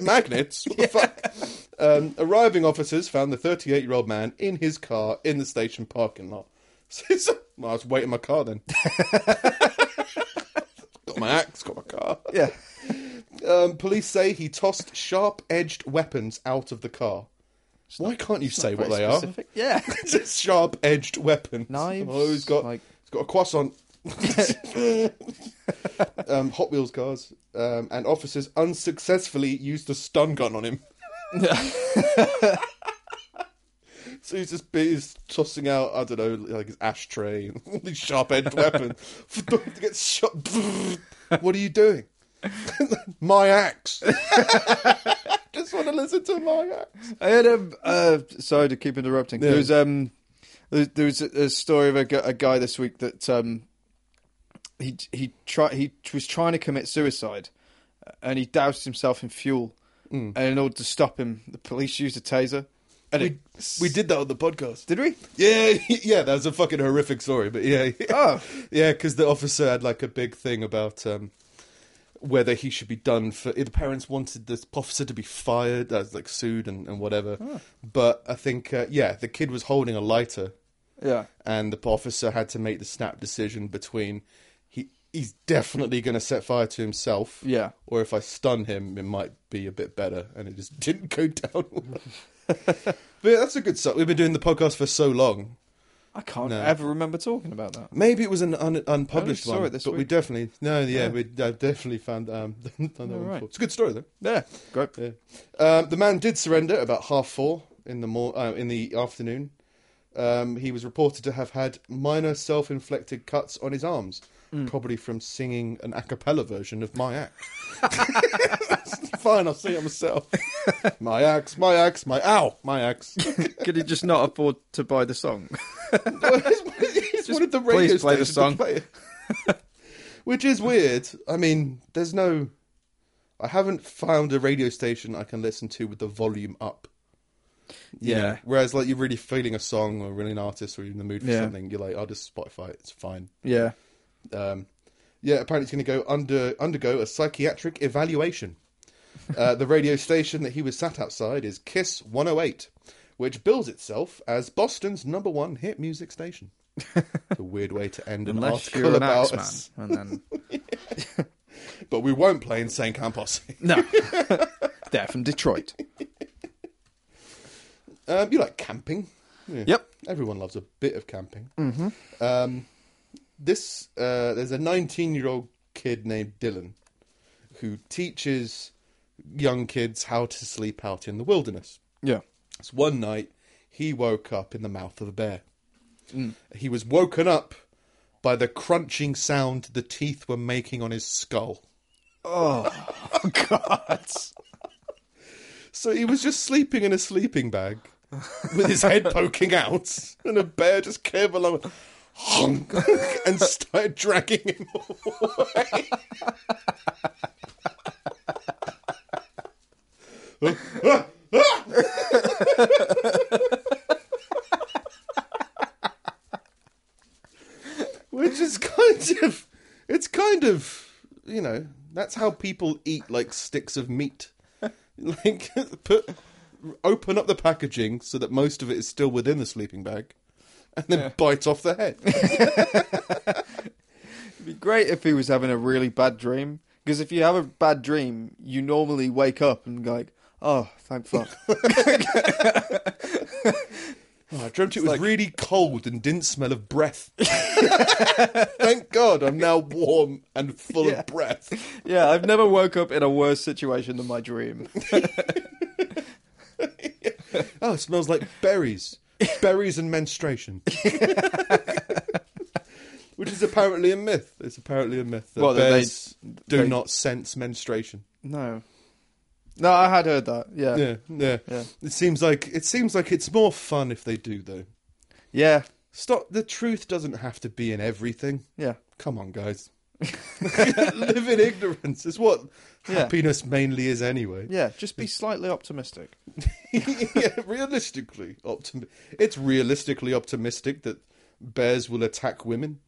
Speaker 1: Magnets. What the fuck? Um, arriving officers found the 38 year old man in his car in the station parking lot. So, so- well, I was waiting my car then. got my axe, got my car.
Speaker 3: Yeah.
Speaker 1: Um, police say he tossed sharp edged weapons out of the car. Why can't you say what
Speaker 3: Very
Speaker 1: they
Speaker 3: specific. Yeah.
Speaker 1: are? sharp edged weapons.
Speaker 3: Knives,
Speaker 1: Oh, he's got,
Speaker 3: like-
Speaker 1: he's got a croissant. um, Hot Wheels cars, um, and officers unsuccessfully used a stun gun on him. so he's just he's tossing out, I don't know, like his ashtray and all these sharp edged weapons. Gets shot. what are you doing? my axe. just want to listen to my axe.
Speaker 3: I had a. Uh, sorry to keep interrupting.
Speaker 1: Yeah.
Speaker 3: There was um, there, there was a, a story of a, gu- a guy this week that um, he he try he was trying to commit suicide, uh, and he doused himself in fuel,
Speaker 4: Mm.
Speaker 3: and in order to stop him, the police used a taser. And
Speaker 1: We,
Speaker 3: it,
Speaker 1: we did that on the podcast.
Speaker 3: did we?
Speaker 1: Yeah, yeah, that was a fucking horrific story, but yeah.
Speaker 3: Oh.
Speaker 1: Yeah, because the officer had like a big thing about um, whether he should be done for. The parents wanted the officer to be fired, uh, like sued and, and whatever. But I think, uh, yeah, the kid was holding a lighter,
Speaker 3: Yeah.
Speaker 1: and the officer had to make the snap decision between he he's definitely going to set fire to himself,
Speaker 3: Yeah.
Speaker 1: or if I stun him, it might be a bit better. And it just didn't go down. well. but yeah, that's a good start. We've been doing the podcast for so long.
Speaker 3: I can't
Speaker 1: No.
Speaker 3: ever remember talking about that.
Speaker 1: Maybe it was an un- unpublished
Speaker 3: I only saw
Speaker 1: one,
Speaker 3: it this
Speaker 1: but we
Speaker 3: week.
Speaker 1: definitely no, yeah,
Speaker 3: Yeah.
Speaker 1: we I definitely found um, done that one
Speaker 3: right.
Speaker 1: before. It's a good story though.
Speaker 3: Yeah. Great.
Speaker 4: Uh,
Speaker 1: Yeah. Um, the man did surrender about half four in the mor- uh, in the afternoon. Um, he was reported to have had minor self-inflicted cuts on his arms,
Speaker 3: Mm.
Speaker 1: probably from singing an a cappella version of my act. Fine, I'll sing it myself. my axe, my axe, my ow, my axe.
Speaker 4: Could he just not afford to buy the song?
Speaker 1: it's one of the radio
Speaker 4: please play the
Speaker 1: stations
Speaker 4: song.
Speaker 1: that play it. Which is weird. I mean, there's no. I haven't found a radio station I can listen to with the volume up. You know,
Speaker 4: Yeah.
Speaker 1: whereas, like, you're really feeling a song or really an artist or you're in the mood for
Speaker 4: Yeah.
Speaker 1: something, you're like, I'll just Spotify it, it's fine.
Speaker 4: Yeah.
Speaker 1: Um, yeah, apparently it's going to go under undergo a psychiatric evaluation. Uh, the radio station that he was sat outside is Kiss 108, which bills itself as Boston's number one hit music station. it's a weird way to end an
Speaker 4: Unless
Speaker 1: article
Speaker 4: you're an axe
Speaker 1: about
Speaker 4: man,
Speaker 1: us,
Speaker 4: and then
Speaker 1: but we won't play in San Campos.
Speaker 4: no, they're from Detroit.
Speaker 1: um, you like camping? Yeah.
Speaker 4: Yep.
Speaker 1: Everyone loves a bit of camping. Mm-hmm. Um, this uh, there's a 19 year old kid named Dylan who teaches young kids how to sleep out in the wilderness.
Speaker 4: Yeah.
Speaker 1: So one night he woke up in the mouth of a bear. He was woken up by the crunching sound the teeth were making on his skull.
Speaker 4: God.
Speaker 1: So he was just sleeping in a sleeping bag with his head poking out, and a bear just came along honk, and started dragging him away. Which is kind of, it's kind of, you know, that's how people eat like sticks of meat. Like, put, open up the packaging so that most of it is still within the sleeping bag, and then bite off the head.
Speaker 3: It'd be great if he was having a really bad dream. Because if you have a bad dream, you normally wake up and go like, oh, thank fuck.
Speaker 1: Oh, I dreamt it was really cold and didn't smell of breath. Thank God I'm now warm and full
Speaker 3: Yeah.
Speaker 1: of breath.
Speaker 3: yeah, I've never woke up in a worse situation than my dream.
Speaker 1: Oh, it smells like berries. berries and menstruation. Which is apparently a myth. It's apparently a myth that
Speaker 3: Well, that they-
Speaker 1: bears do
Speaker 3: they-
Speaker 1: not sense menstruation.
Speaker 3: No. No, I had heard that. Yeah. Uh, Yeah.
Speaker 1: Yeah, yeah, It seems like it seems like it's more fun if they do though.
Speaker 3: Yeah.
Speaker 1: Stop. The truth doesn't have to be in everything.
Speaker 3: Yeah.
Speaker 1: Come on, guys. Live in ignorance is what
Speaker 3: Yeah.
Speaker 1: happiness mainly is anyway.
Speaker 3: Just be slightly optimistic.
Speaker 1: yeah, realistically optimi- It's realistically optimistic that bears will attack women.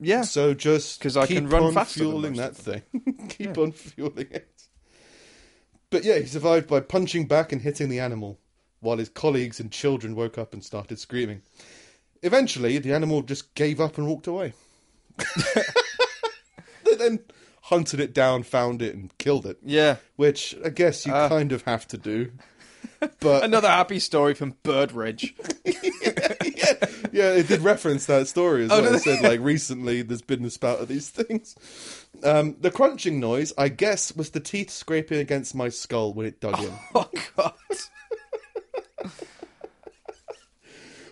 Speaker 3: Yeah.
Speaker 1: So just
Speaker 3: 'Cause I
Speaker 1: keep
Speaker 3: can run
Speaker 1: on
Speaker 3: faster than
Speaker 1: fueling that
Speaker 3: most
Speaker 1: thing. keep on fueling it. But yeah, he survived by punching back and hitting the animal, while his colleagues and children woke up and started screaming. Eventually, the animal just gave up and walked away. they then hunted it down, found it, and killed it.
Speaker 3: Yeah. Uh.
Speaker 1: Which I guess you kind of have to do. But
Speaker 3: Another happy story from Bird Ridge.
Speaker 1: yeah, it did reference that story
Speaker 3: Oh,
Speaker 1: as well. It said like recently there's been the spout of these things. Um, the crunching noise, I guess, was the teeth scraping against my skull when it dug in.
Speaker 3: oh, God.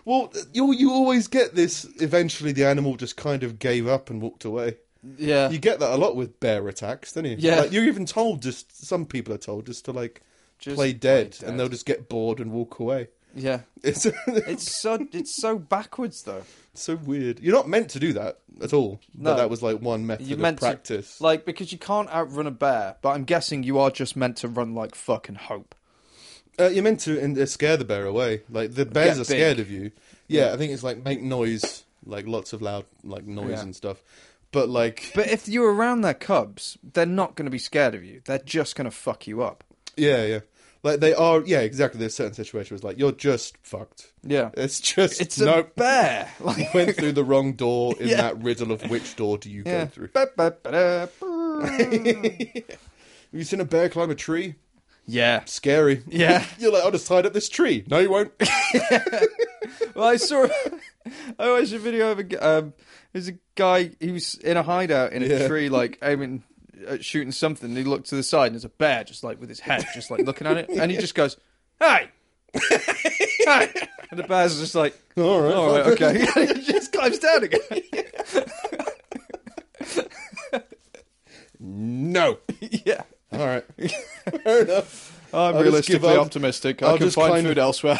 Speaker 1: Well, you you always get this. Eventually, the animal just kind of gave up and walked away.
Speaker 3: Yeah.
Speaker 1: You get that a lot with bear attacks, don't you?
Speaker 3: Yeah.
Speaker 1: Like, you're even told just some people are told just to like
Speaker 3: Just
Speaker 1: play,
Speaker 3: play
Speaker 1: dead,
Speaker 3: dead.
Speaker 1: and they'll just get bored and walk away.
Speaker 3: yeah.
Speaker 1: It's
Speaker 3: It's so it's so backwards though.
Speaker 1: so weird. You're not meant to do that at all.
Speaker 3: No.
Speaker 1: But that was like one method
Speaker 3: You
Speaker 1: of
Speaker 3: meant
Speaker 1: practice.
Speaker 3: to like because you can't outrun a bear, but I'm guessing you are just meant to run like fucking hope.
Speaker 1: Uh, you're meant to and, uh, scare the bear away. Like the bears
Speaker 3: Get
Speaker 1: are scared
Speaker 3: big.
Speaker 1: of you. Yeah, I think it's like make noise, like lots of loud like noise
Speaker 3: Yeah.
Speaker 1: and stuff. But like,
Speaker 3: But if you're around their cubs, they're not going to be scared of you. They're just going to fuck you up.
Speaker 1: yeah, yeah, like they are. Yeah, exactly. There's certain situations where it's like you're just fucked.
Speaker 3: Yeah.
Speaker 1: It's just
Speaker 3: It's a
Speaker 1: nope.
Speaker 3: bear. Like,
Speaker 1: you went through the wrong door in
Speaker 3: Yeah.
Speaker 1: that riddle of which door do you go
Speaker 3: yeah.
Speaker 1: through?
Speaker 3: Ba- ba- ba- da-
Speaker 1: Have you seen a bear climb a tree?
Speaker 3: yeah.
Speaker 1: Scary.
Speaker 3: Yeah.
Speaker 1: you're like, I'll just hide up this tree. No, you won't.
Speaker 3: Well, I saw. I watched a video of a. g- Um, there's a guy. He was in a hideout in a
Speaker 1: Yeah.
Speaker 3: tree, like aiming, at shooting something. And he looked to the side, and there's a bear just like with his head, just like looking at it, and he just goes, "Hey, hey!" And the bear's just like,
Speaker 1: All right.
Speaker 3: "All right, okay." and he just climbs down again.
Speaker 5: No.
Speaker 3: yeah.
Speaker 1: All right. Fair enough.
Speaker 5: I'm
Speaker 1: I'll just give
Speaker 5: realistically
Speaker 1: up.
Speaker 5: optimistic.
Speaker 1: I'll
Speaker 5: I can
Speaker 1: just
Speaker 5: find
Speaker 1: kind of-
Speaker 5: food elsewhere.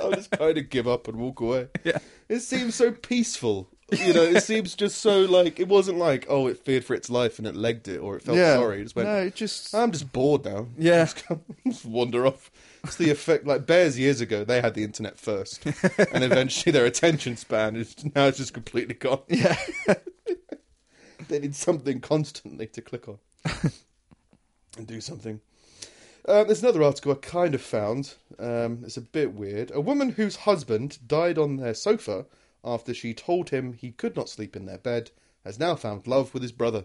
Speaker 1: I'll just kind of give up and walk away. Yeah. It seems so peaceful. You know, it seems just so like it wasn't like oh it feared for its life and it legged it or it felt
Speaker 3: yeah.
Speaker 1: Oh, sorry. It just went.
Speaker 3: no, it just.
Speaker 1: I'm just bored now.
Speaker 3: yeah.
Speaker 1: Just wander off. It's the effect like bears years ago. They had the internet first, and eventually their attention span is now it's just completely gone. Yeah. they need something constantly to click on and do something. Um, there's another article I kind of found. Um, it's a bit weird. A woman whose husband died on their sofa after she told him he could not sleep in their bed has now found love with his brother.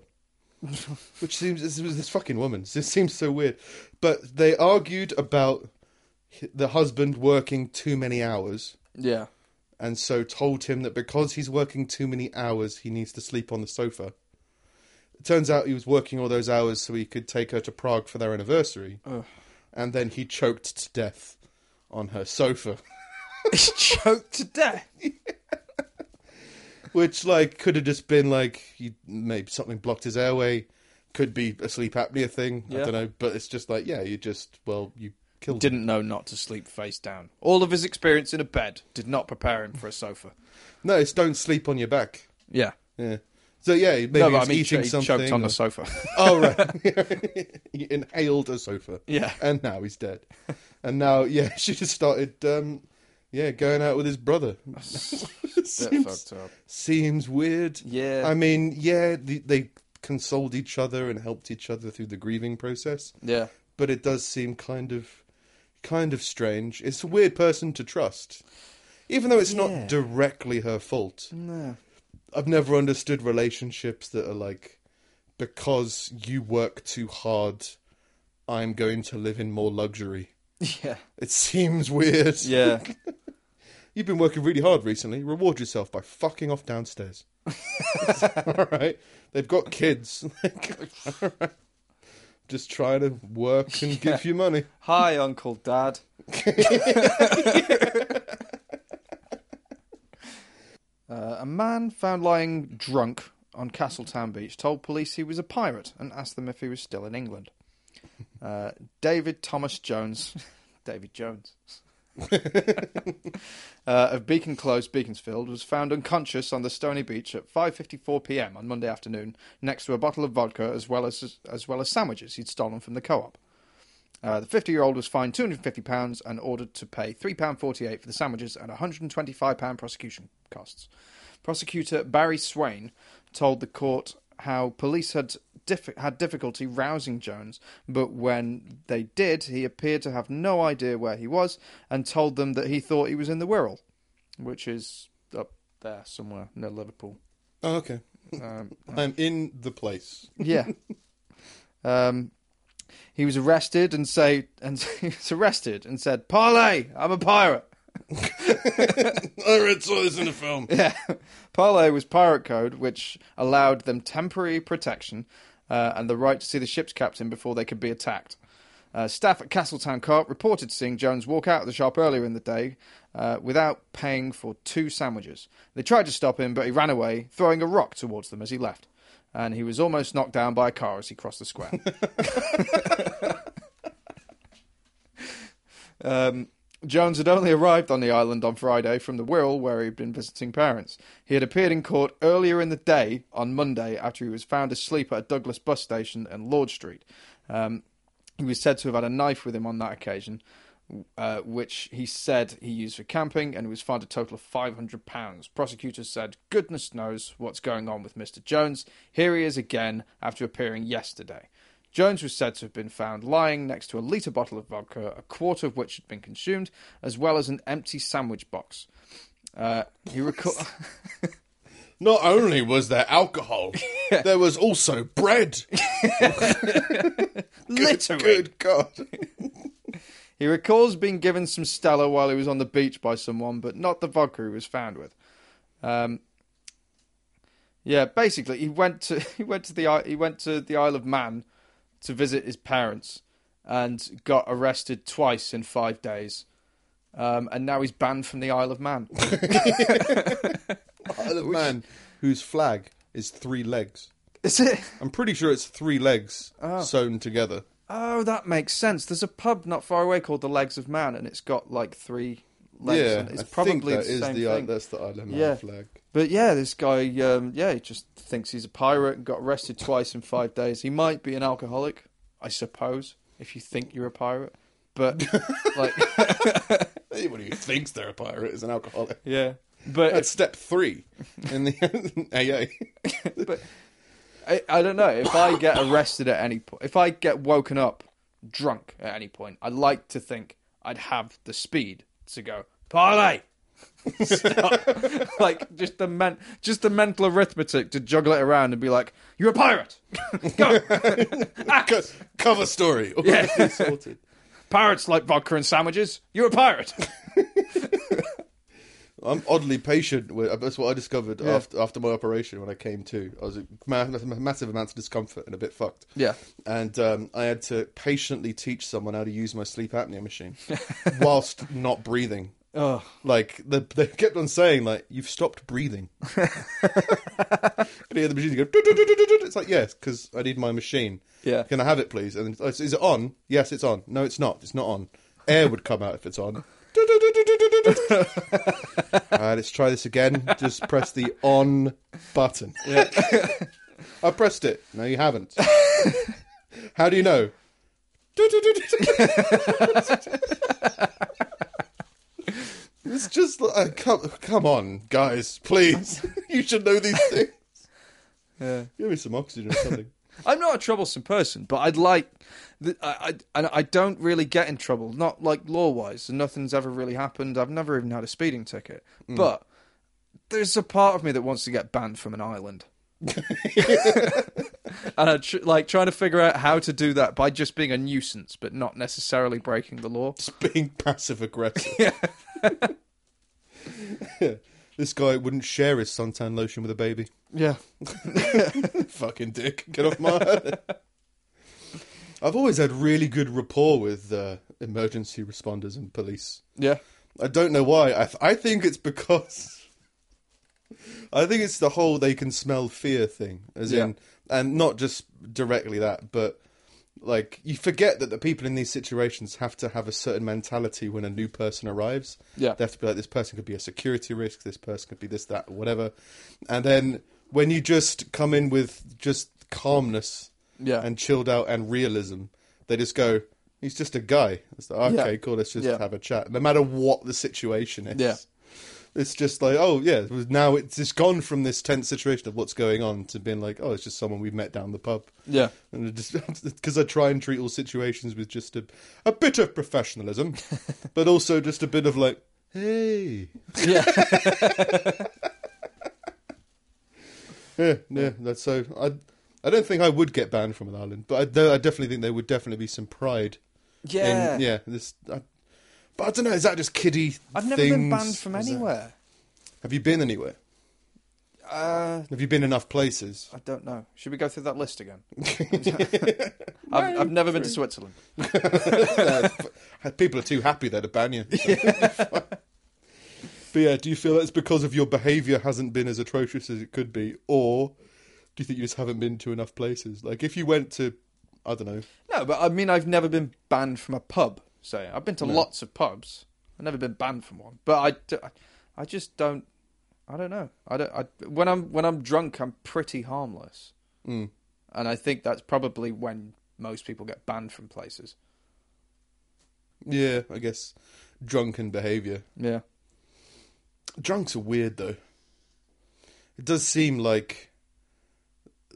Speaker 1: Which seems this was this fucking woman. This seems so weird. But they argued about h- the husband working too many hours,
Speaker 3: Yeah.
Speaker 1: and so told him that because he's working too many hours, he needs to sleep on the sofa. It turns out he was working all those hours so he could take her to Prague for their anniversary, and then he choked to death on her sofa,
Speaker 3: It's choked to death.
Speaker 1: which like could have just been like he, maybe something blocked his airway. Could be a sleep apnea thing. I
Speaker 3: Yeah.
Speaker 1: don't know, but it's just like, yeah, you just well, you killed. him.
Speaker 3: Didn't know not to sleep face down. All of his experience in a bed did not prepare him for a sofa.
Speaker 1: No, it's don't sleep on your back.
Speaker 3: Yeah.
Speaker 1: Yeah. So yeah, maybe
Speaker 3: no,
Speaker 1: he
Speaker 3: but I
Speaker 1: was
Speaker 3: mean, he
Speaker 1: eating
Speaker 3: ch- he
Speaker 1: something.
Speaker 3: choked on
Speaker 1: or-
Speaker 3: the sofa.
Speaker 1: oh right, he inhaled a sofa.
Speaker 3: Yeah.
Speaker 1: and now he's dead. And now, yeah, she just started, um, yeah, going out with his brother. seems,
Speaker 3: fucked up.
Speaker 1: seems weird.
Speaker 3: Yeah.
Speaker 1: I mean, yeah, the, they consoled each other and helped each other through the grieving process,
Speaker 3: Yeah.
Speaker 1: but it does seem kind of, kind of strange. It's a weird person to trust, even though it's
Speaker 3: Yeah.
Speaker 1: not directly her fault.
Speaker 3: No.
Speaker 1: I've never understood relationships that are like because you work too hard, I'm going to live in more luxury.
Speaker 3: Yeah.
Speaker 1: It seems weird.
Speaker 3: Yeah.
Speaker 1: You've been working really hard recently. Reward yourself by fucking off downstairs. all right. They've got kids. Like, all right. Just trying to work and give you money.
Speaker 3: Hi, Uncle Dad. uh, a man found lying drunk on Castletown Beach told police he was a pirate and asked them if he was still in England. Uh, David Thomas Jones. David Jones. uh, of Beacon Close, Beaconsfield, was found unconscious on the stony beach at 5:54 p.m. on Monday afternoon, next to a bottle of vodka as well as as well as sandwiches he'd stolen from the co-op. Uh, the 50 year old was fined £250 and ordered to pay £3.48 for the sandwiches and £125 prosecution costs. Prosecutor Barry Swain told the court how police had diff- had difficulty rousing Jones, but when they did, he appeared to have no idea where he was and told them that he thought he was in the Wirral, which is up there somewhere near Liverpool.
Speaker 1: Oh, okay.
Speaker 3: Um,
Speaker 1: I'm in the place.
Speaker 3: yeah. Um, he was arrested and say and he was arrested and said, "Parlay, I'm a pirate."
Speaker 1: I read saw this in a film.
Speaker 3: Yeah, Parlay was pirate code, which allowed them temporary protection uh, and the right to see the ship's captain before they could be attacked. Uh, staff at Castletown Court reported seeing Jones walk out of the shop earlier in the day uh, without paying for two sandwiches. They tried to stop him, but he ran away, throwing a rock towards them as he left. And he was almost knocked down by a car as he crossed the square. Um, Jones had only arrived on the island on Friday from the Wirral, where he'd been visiting parents. He had appeared in court earlier in the day on Monday after he was found asleep at a Douglas bus station in Lord Street. Um, he was said to have had a knife with him on that occasion, uh, which he said he used for camping, and he was fined a total of £500. Prosecutors said, Goodness knows what's going on with Mr. Jones. Here he is again after appearing yesterday. Jones was said to have been found lying next to a litre bottle of vodka, a quarter of which had been consumed, as well as an empty sandwich box. Uh, he reco-
Speaker 1: Not only was there alcohol, there was also bread.
Speaker 3: literally
Speaker 1: Good God.
Speaker 3: He recalls being given some Stella while he was on the beach by someone, but not the vodka he was found with. Um, yeah, basically, he went to he went to the I- he went to the Isle of Man to visit his parents, and got arrested twice in five days, um, and now he's banned from the Isle of Man.
Speaker 1: Isle of Man, whose flag is three legs.
Speaker 3: Is it?
Speaker 1: I'm pretty sure it's three legs
Speaker 3: Ah.
Speaker 1: sewn together.
Speaker 3: Oh, that makes sense. There's a pub not far away called the Legs of Man, and it's got like three legs. and
Speaker 1: yeah,
Speaker 3: it's
Speaker 1: I
Speaker 3: probably
Speaker 1: think that
Speaker 3: the
Speaker 1: is
Speaker 3: same
Speaker 1: the uh,
Speaker 3: thing.
Speaker 1: that's the Isle of Man
Speaker 3: Yeah.
Speaker 1: flag.
Speaker 3: But yeah, this guy, um, yeah, he just thinks he's a pirate and got arrested twice in five days. He might be an alcoholic, I suppose, if you think you're a pirate. But like,
Speaker 1: Anybody who thinks they're a pirate is an alcoholic.
Speaker 3: yeah, but
Speaker 1: That's step three in the AA.
Speaker 3: but I, I don't know if I get arrested at any point, if I get woken up drunk at any point, I like to think I'd have the speed to go parlay. Stop. like just the men- just the mental arithmetic to juggle it around and be like, "You're a pirate,
Speaker 1: Co- cover story. Yeah. sorted.
Speaker 3: pirates like vodka and sandwiches. You're a pirate."
Speaker 1: I'm oddly patient. With, that's what I discovered after after my operation when I came to. I was ma- massive amounts of discomfort and a bit fucked.
Speaker 3: Yeah.
Speaker 1: and um, I had to patiently teach someone how to use my sleep apnea machine whilst not breathing.
Speaker 3: Ugh.
Speaker 1: Like the, they kept on saying, like you've stopped breathing. and he had the machine go. "Doo, doo, doo, doo, doo, doo." It's like yes, because I need my machine.
Speaker 3: Yeah.
Speaker 1: can I have it, please? And it's, is it on? Yes, it's on. No, it's not. It's not on. Air would come out if it's on. Doo, doo, doo, doo, doo, doo, doo, doo. All right, let's try this again. Just press the on button. I pressed it. No, you haven't. How do you know? it's just like, uh, come, come on, guys, please. you should know these things.
Speaker 3: Yeah.
Speaker 1: Give me some oxygen or something.
Speaker 3: I'm not a troublesome person, but I'd like. th- I, I and I don't really get in trouble, not like law wise. Nothing's ever really happened. I've never even had a speeding ticket. But there's a part of me that wants to get banned from an island. and I tr- like trying to figure out how to do that by just being a nuisance, but not necessarily breaking the law.
Speaker 1: Just being passive aggressive. This guy wouldn't share his suntan lotion with a baby.
Speaker 3: Yeah,
Speaker 1: Fucking dick, get off my island. I've always had really good rapport with uh, emergency responders and police.
Speaker 3: yeah,
Speaker 1: I don't know why. I, th- I think it's because I think it's the whole they can smell fear thing, as
Speaker 3: Yeah.
Speaker 1: in, and not just directly that, but like you forget that the people in these situations have to have a certain mentality when a new person arrives.
Speaker 3: Yeah.
Speaker 1: they have to be like this person could be a security risk, this person could be this, that, whatever, and then when you just come in with just calmness,
Speaker 3: Yeah.
Speaker 1: and chilled out and realism, they just go. He's just a guy. It's like, okay,
Speaker 3: Yeah.
Speaker 1: cool. Let's just
Speaker 3: Yeah.
Speaker 1: have a chat, no matter what the situation is.
Speaker 3: Yeah.
Speaker 1: It's just like, oh yeah, it was- now it's just gone from this tense situation of what's going on to being like, oh, it's just someone we've met down the pub.
Speaker 3: yeah,
Speaker 1: And it just because I try and treat all situations with just a a bit of professionalism, but also just a bit of like, hey,
Speaker 3: yeah.
Speaker 1: yeah, yeah. That's so. I I don't think I would get banned from an island, but I, though I definitely think there would definitely be some pride.
Speaker 3: Yeah.
Speaker 1: in, yeah. This, I, but I don't know. Is that just kiddie?
Speaker 3: I've never been
Speaker 1: things?
Speaker 3: banned from
Speaker 1: Is that-
Speaker 3: anywhere.
Speaker 1: have you been anywhere?
Speaker 3: Uh,
Speaker 1: Have you been enough places?
Speaker 3: I don't know. Should we go through that list again? I've, I've never been to Switzerland.
Speaker 1: Uh, People are too happy there to ban you. but yeah, do you feel that's because of your behaviour hasn't been as atrocious as it could be, or do you think you just haven't been to enough places? Like if you went to, I don't know,
Speaker 3: No, but I mean, I've never been banned from a pub. Say, I've been to lots of pubs. I've never been banned from one. But I, d- I just don't. I don't know. I don't. I, when I'm when I'm drunk, I'm pretty harmless,
Speaker 1: Mm.
Speaker 3: and I think that's probably when most people get banned from places.
Speaker 1: yeah, I guess drunken behaviour.
Speaker 3: Yeah.
Speaker 1: Drunks are weird though. It does seem like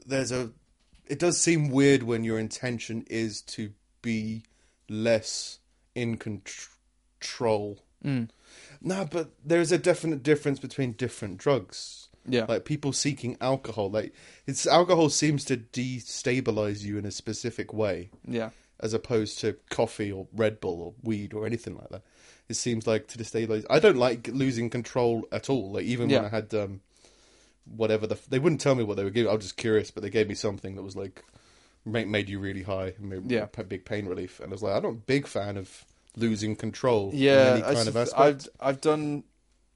Speaker 1: there's a. It does seem weird when your intention is to be less in contr- control.
Speaker 3: Mm.
Speaker 1: No, but there is a definite difference between different drugs.
Speaker 3: Yeah.
Speaker 1: Like people seeking alcohol, like it's alcohol seems to destabilize you in a specific way,
Speaker 3: yeah.
Speaker 1: as opposed to coffee or Red Bull or weed or anything like that. It seems like to destabilize. I don't like losing control at all. Like even
Speaker 3: Yeah.
Speaker 1: when I had um, whatever the they wouldn't tell me what they were giving. I was just curious, but they gave me something that was like made, made you really high and made
Speaker 3: Yeah.
Speaker 1: p- big pain relief. And I was like, I'm not a big fan of losing control. in
Speaker 3: Yeah,
Speaker 1: any kind
Speaker 3: I
Speaker 1: of
Speaker 3: sus-
Speaker 1: aspect.
Speaker 3: I've I've done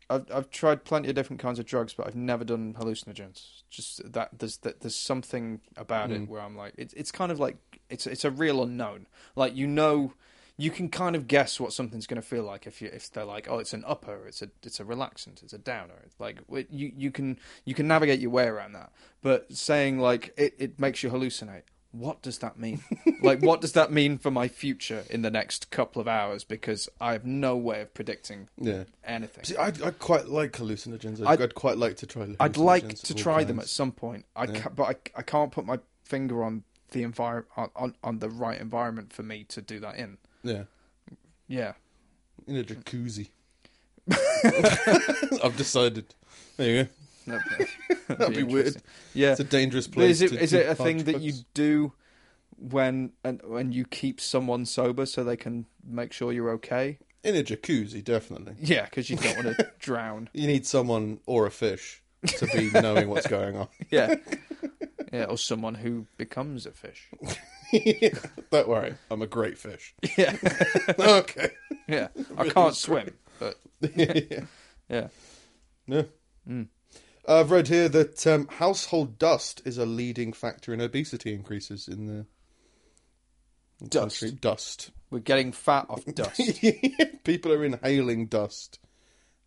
Speaker 3: I've I've tried plenty of different kinds of drugs, but I've never done hallucinogens. Just that there's that there's something about it where I'm like, it's it's kind of like it's it's a real unknown. Like you know, you can kind of guess what something's going to feel like if you if they're like, oh, it's an upper, it's a it's a relaxant, it's a downer. It's like w- you you can you can navigate your way around that. But saying like it it makes you hallucinate. What does that mean? like, what does that mean for my future in the next couple of hours? Because I have no way of predicting
Speaker 1: Yeah.
Speaker 3: anything.
Speaker 1: See, I I quite like hallucinogens. I'd,
Speaker 3: I'd-
Speaker 1: I'd, quite like to try.
Speaker 3: I'd like
Speaker 1: hallucinogens
Speaker 3: to
Speaker 1: of all
Speaker 3: try them at
Speaker 1: kinds.
Speaker 3: some point. I ca but I, I can't put my finger on the environment on, on, on the right environment for me to do that in.
Speaker 1: Yeah,
Speaker 3: Yeah,
Speaker 1: in a jacuzzi. I've decided. There you go.
Speaker 3: that'd
Speaker 1: That'd be weird.
Speaker 3: interesting. Yeah,
Speaker 1: It's a dangerous
Speaker 3: But
Speaker 1: place.
Speaker 3: is it
Speaker 1: to
Speaker 3: is
Speaker 1: do
Speaker 3: it a
Speaker 1: hard
Speaker 3: thing that you
Speaker 1: drugs.
Speaker 3: do when and when you keep someone sober so they can make sure you're okay?
Speaker 1: in a jacuzzi? Definitely.
Speaker 3: Yeah, because you don't want to drown.
Speaker 1: You need someone or a fish to be knowing what's going on.
Speaker 3: Yeah, yeah, or someone who becomes a fish.
Speaker 1: Don't worry, I'm a great fish.
Speaker 3: Yeah,
Speaker 1: okay.
Speaker 3: yeah. I can't swim, but yeah. Mm.
Speaker 1: No. Uh, I've read here that um, household dust is a leading factor in obesity increases in the in
Speaker 3: Dust.
Speaker 1: country. Dust.
Speaker 3: We're getting fat off dust.
Speaker 1: People are inhaling dust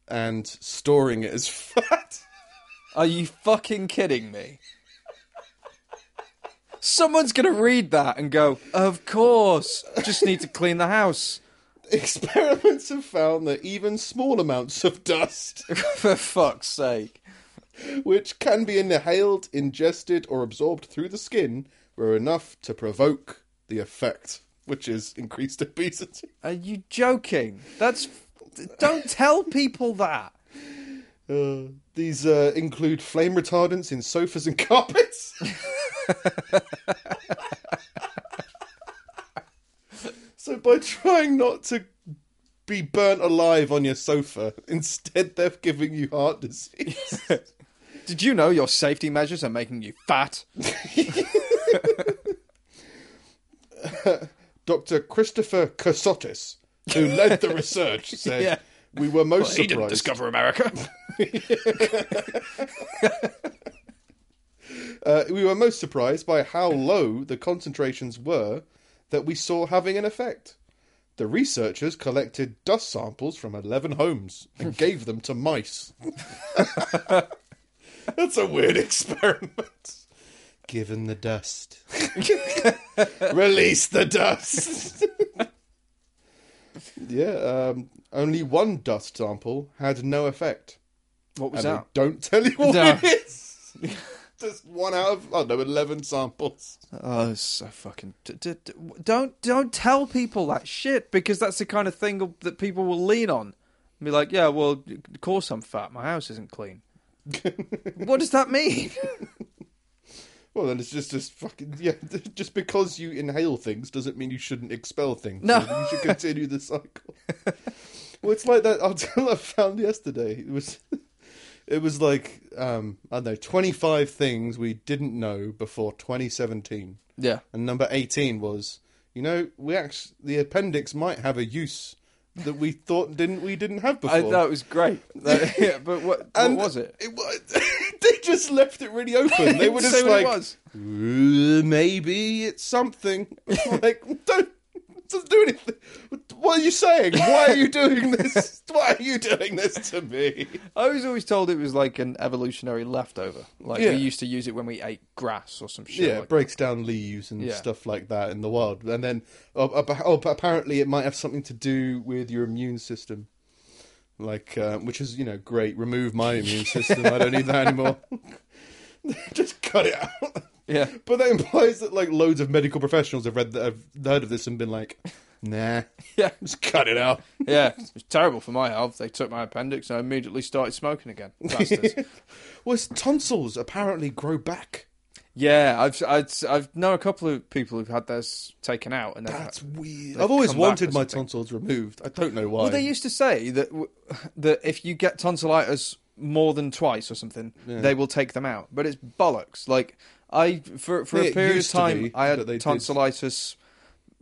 Speaker 1: and storing it as fat.
Speaker 3: Are you fucking kidding me? Someone's gonna read that and go, "Of course, just need to clean the house."
Speaker 1: Experiments have found that even small amounts of dust,
Speaker 3: For fuck's sake!
Speaker 1: which can be inhaled, ingested, or absorbed through the skin, were enough to provoke the effect, which is increased obesity.
Speaker 3: Are you joking? That's don't tell people that.
Speaker 1: Uh, these uh, include flame retardants in sofas and carpets. so by trying not to be burnt alive on your sofa, instead they're giving you heart disease.
Speaker 3: Did you know your safety measures are making you fat?
Speaker 1: Dr. Christopher Casottis, who led the research, said
Speaker 3: Yeah.
Speaker 1: we were most
Speaker 6: He didn't
Speaker 1: surprised.
Speaker 6: discover America.
Speaker 1: Uh, we were most surprised by how low the concentrations were that we saw having an effect. The researchers collected dust samples from 11 homes and gave them to mice. That's a weird experiment. Given the dust. Release the dust. yeah, um, only one dust sample had no effect.
Speaker 3: What was
Speaker 1: And
Speaker 3: that?
Speaker 1: they don't tell you what
Speaker 3: No.
Speaker 1: it is. Just one out of I don't know eleven samples.
Speaker 3: Oh, it's so fucking. D- d- d- don't don't tell people that shit because that's the kind of thing that people will lean on. And be like, yeah, well, of course I'm fat. My house isn't clean. what does that mean?
Speaker 1: Well, then it's just just fucking yeah. Just because you inhale things doesn't mean you shouldn't expel things.
Speaker 3: No.
Speaker 1: you should continue the cycle. well, it's like that article I found yesterday. It was, it was like um, I don't know twenty five things we didn't know before twenty seventeen.
Speaker 3: Yeah.
Speaker 1: And number 18 was, you know, we actually, the appendix might have a use that we thought didn't we didn't have before.
Speaker 3: I, that was great. That- yeah, but what,
Speaker 1: And
Speaker 3: what was it?
Speaker 1: wa- they just left it really open. They were
Speaker 3: So
Speaker 1: just
Speaker 3: it
Speaker 1: like,
Speaker 3: was.
Speaker 1: "Uh, maybe it's something. like, don't, don't do anything. What are you saying? Why are you doing this? Why are you doing this to me?
Speaker 3: I was always told it was like an evolutionary leftover. Like
Speaker 1: Yeah.
Speaker 3: we used to use it when we ate grass or some shit.
Speaker 1: Yeah, it
Speaker 3: like-
Speaker 1: breaks down leaves and
Speaker 3: Yeah.
Speaker 1: stuff like that in the wild. And then, oh, ab- oh, but apparently, it might have something to do with your immune system. Like, uh, which is, you know, great. Remove my immune system. I don't need that anymore. Just cut it out.
Speaker 3: yeah.
Speaker 1: But that implies that like loads of medical professionals have read that have heard of this and been like, nah,
Speaker 3: Yeah.
Speaker 1: just cut it out.
Speaker 3: Yeah. It was terrible for my health. They took my appendix and I immediately started smoking again. Bastards.
Speaker 1: Well, his tonsils apparently grow back.
Speaker 3: Yeah, I've I'd, I've known a couple of people who've had theirs taken out, and they've
Speaker 1: That's weird.
Speaker 3: Uh, they've
Speaker 1: I've always
Speaker 3: come back
Speaker 1: wanted
Speaker 3: or
Speaker 1: my
Speaker 3: something.
Speaker 1: tonsils removed. I don't know why.
Speaker 3: Well, they used to say that w- that if you get tonsillitis more than twice or something, they will take them out. But it's bollocks. Like I for for
Speaker 1: Yeah,
Speaker 3: a
Speaker 1: it
Speaker 3: period of
Speaker 1: used to
Speaker 3: time,
Speaker 1: be that
Speaker 3: I
Speaker 1: they
Speaker 3: had
Speaker 1: did.
Speaker 3: tonsillitis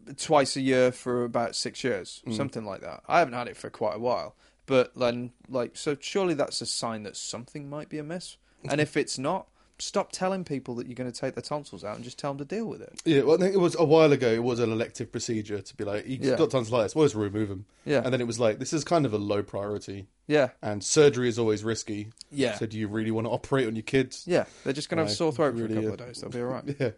Speaker 1: Hmm.
Speaker 3: twice a year for about six years, something like that. I haven't had it for quite a while. But then, like, so surely that's a sign that something might be amiss. And if it's not, stop telling people that you're going to take their tonsils out and just tell them to deal with it.
Speaker 1: Yeah, well, I think it was a while ago. It was an elective procedure to be like, he's
Speaker 3: Yeah.
Speaker 1: got tonsillitis. Well, let's remove him.
Speaker 3: Yeah.
Speaker 1: And then it was like, this is kind of a low priority,
Speaker 3: Yeah.
Speaker 1: and surgery is always risky.
Speaker 3: Yeah.
Speaker 1: So do you really want to operate on your kids?
Speaker 3: Yeah. They're just going to have
Speaker 1: Like,
Speaker 3: sore throat for
Speaker 1: really,
Speaker 3: a couple
Speaker 1: uh,
Speaker 3: of days. They'll be all right.
Speaker 1: Yeah.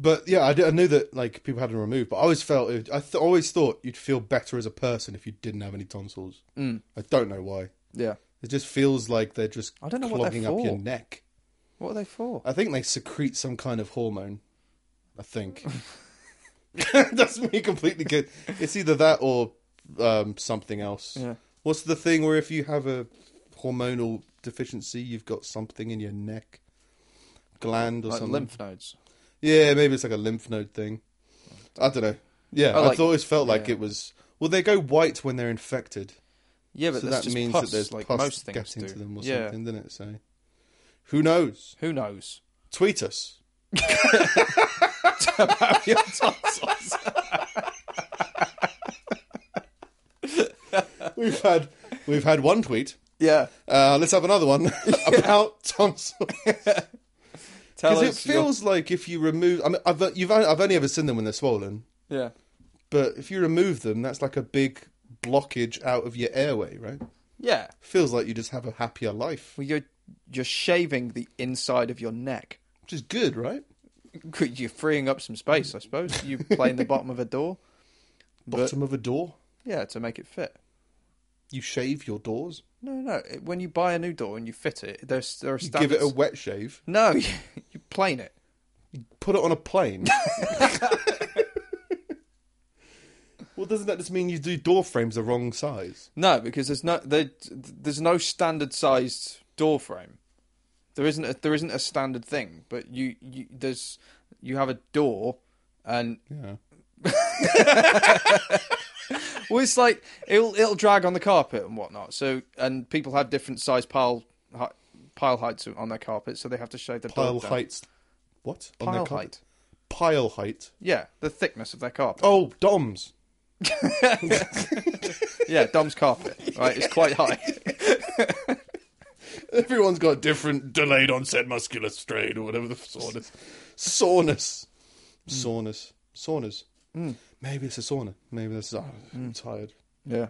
Speaker 1: But yeah, I, d- I knew that like people had them removed, but I always felt it, I th- always thought you'd feel better as a person if you didn't have any tonsils.
Speaker 3: Mm.
Speaker 1: I don't know why.
Speaker 3: Yeah.
Speaker 1: It just feels like they're just
Speaker 3: I don't know what they're
Speaker 1: clogging up your
Speaker 3: for.
Speaker 1: neck.
Speaker 3: What are they for?
Speaker 1: I think they secrete some kind of hormone. I think. That's me completely good. It's either that or um, something else.
Speaker 3: Yeah.
Speaker 1: What's the thing where if you have a hormonal deficiency, you've got something in your neck gland or
Speaker 3: Like
Speaker 1: something?
Speaker 3: lymph nodes.
Speaker 1: Yeah, maybe it's like a lymph node thing. I don't know. Yeah,
Speaker 3: Oh,
Speaker 1: I
Speaker 3: like-
Speaker 1: always felt like
Speaker 3: yeah.
Speaker 1: it was. Well, they go white when they're infected,
Speaker 3: Yeah, but
Speaker 1: so
Speaker 3: that's
Speaker 1: that
Speaker 3: just
Speaker 1: means
Speaker 3: pus,
Speaker 1: that there's
Speaker 3: like
Speaker 1: pus
Speaker 3: most things
Speaker 1: getting
Speaker 3: do.
Speaker 1: to them or
Speaker 3: yeah.
Speaker 1: something, doesn't it? So, who knows?
Speaker 3: Who knows?
Speaker 1: Tweet us. We've had we've had one tweet.
Speaker 3: Yeah.
Speaker 1: Uh, let's have another one about tonsils.
Speaker 3: Tell
Speaker 1: Because it
Speaker 3: us. your-
Speaker 1: feels like if you remove, I mean, I've you've only, I've only ever seen them when they're swollen,
Speaker 3: Yeah.
Speaker 1: but if you remove them, that's like a big blockage out of your airway, right?
Speaker 3: Yeah.
Speaker 1: Feels like you just have a happier life,
Speaker 3: Well, you're you're shaving the inside of your neck.
Speaker 1: which is good, right?
Speaker 3: You're freeing up some space, I suppose. You play in the bottom of a door. But-
Speaker 1: Bottom of a door.
Speaker 3: Yeah, to make it fit.
Speaker 1: You shave your doors.
Speaker 3: No, no. it- When you buy a new door and you fit it, there's there are
Speaker 1: You
Speaker 3: standards.
Speaker 1: give it a wet shave.
Speaker 3: No, you, you plane it.
Speaker 1: Put it on a plane. well, doesn't that just mean you do door frames the wrong size?
Speaker 3: No, because there's no there, there's no standard sized door frame. There isn't a, there isn't a standard thing, but you, you there's you have a door and
Speaker 1: Yeah.
Speaker 3: well, it's like it'll it'll drag on the carpet and whatnot. So and people have different size pile hi- pile heights on their carpet, so they have to shave their
Speaker 1: Pile
Speaker 3: door down.
Speaker 1: heights. What? On
Speaker 3: Pile
Speaker 1: their carpet?
Speaker 3: height.
Speaker 1: Pile height.
Speaker 3: Yeah, the thickness of their carpet.
Speaker 1: Oh, DOMS.
Speaker 3: Yeah, Dom's carpet. Right, it's quite high.
Speaker 1: Everyone's got different delayed onset muscular strain or whatever the soreness. Hmm. Soreness. Soreness. Soreness. Maybe it's a sauna. Maybe that's. Oh, I'm tired.
Speaker 3: Yeah.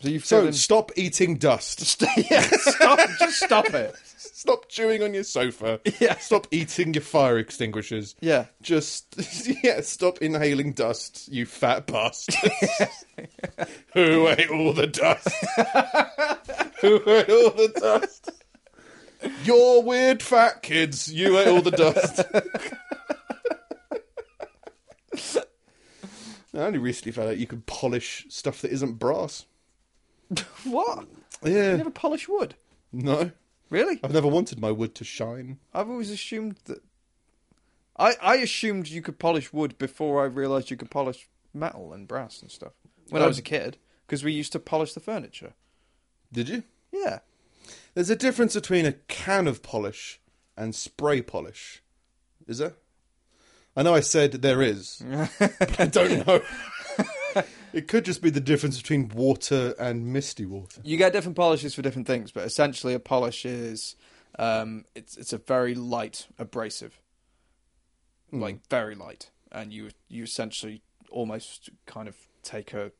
Speaker 3: So you
Speaker 1: So
Speaker 3: fill in-
Speaker 1: stop eating dust.
Speaker 3: yeah, stop, just stop it.
Speaker 1: Stop chewing on your sofa.
Speaker 3: Yeah.
Speaker 1: Stop eating your fire extinguishers.
Speaker 3: Yeah.
Speaker 1: Just yeah, stop inhaling dust, you fat bastard. Who ate all the dust? Who ate all the dust? You're weird fat kids. You ate all the dust. I only recently found out you can polish stuff that isn't brass.
Speaker 3: What? You
Speaker 1: Yeah.
Speaker 3: never polish wood.
Speaker 1: No.
Speaker 3: Really?
Speaker 1: I've never wanted my wood to shine.
Speaker 3: I've always assumed that. I I assumed you could polish wood before I realised you could polish metal and brass and stuff when I was a kid because we used to polish the furniture.
Speaker 1: Did you?
Speaker 3: Yeah.
Speaker 1: There's a difference between a can of polish and spray polish. Is there? I know I said there is, but I don't know. it could just be the difference between water and misty water.
Speaker 3: You get different polishes for different things, but essentially a polish is um, it's it's a very light abrasive,
Speaker 1: Hmm.
Speaker 3: like very light, and you you essentially almost kind of take a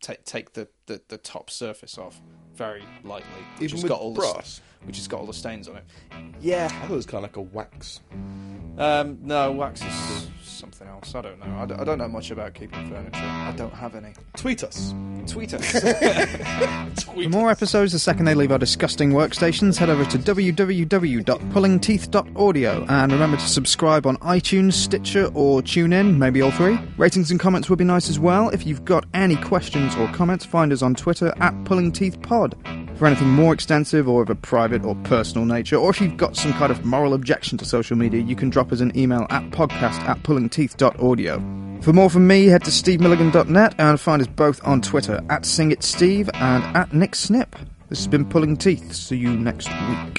Speaker 3: take take the, the, the top surface off very lightly, which
Speaker 1: Even
Speaker 3: has
Speaker 1: with
Speaker 3: got all
Speaker 1: brass?
Speaker 3: the which has got all the stains on it. Yeah.
Speaker 1: I thought it was kind of like a wax.
Speaker 3: Um, no, wax is something else. I don't know. I don't, I don't know much about keeping furniture. I don't have any.
Speaker 1: Tweet us.
Speaker 3: Tweet us.
Speaker 7: For more episodes the second they leave our disgusting workstations, head over to www.pullingteeth.audio and remember to subscribe on iTunes, Stitcher, or TuneIn, maybe all three. Ratings and comments would be nice as well. If you've got any questions or comments, find us on Twitter at PullingTeethPod. For anything more extensive or of a private or personal nature, or if you've got some kind of moral objection to social media, you can drop us an email at podcast at pullingteeth.audio. For more from me, head to stevemilligan.net and find us both on Twitter at singitsteve and at nicksnip. This has been Pulling Teeth. See you next week.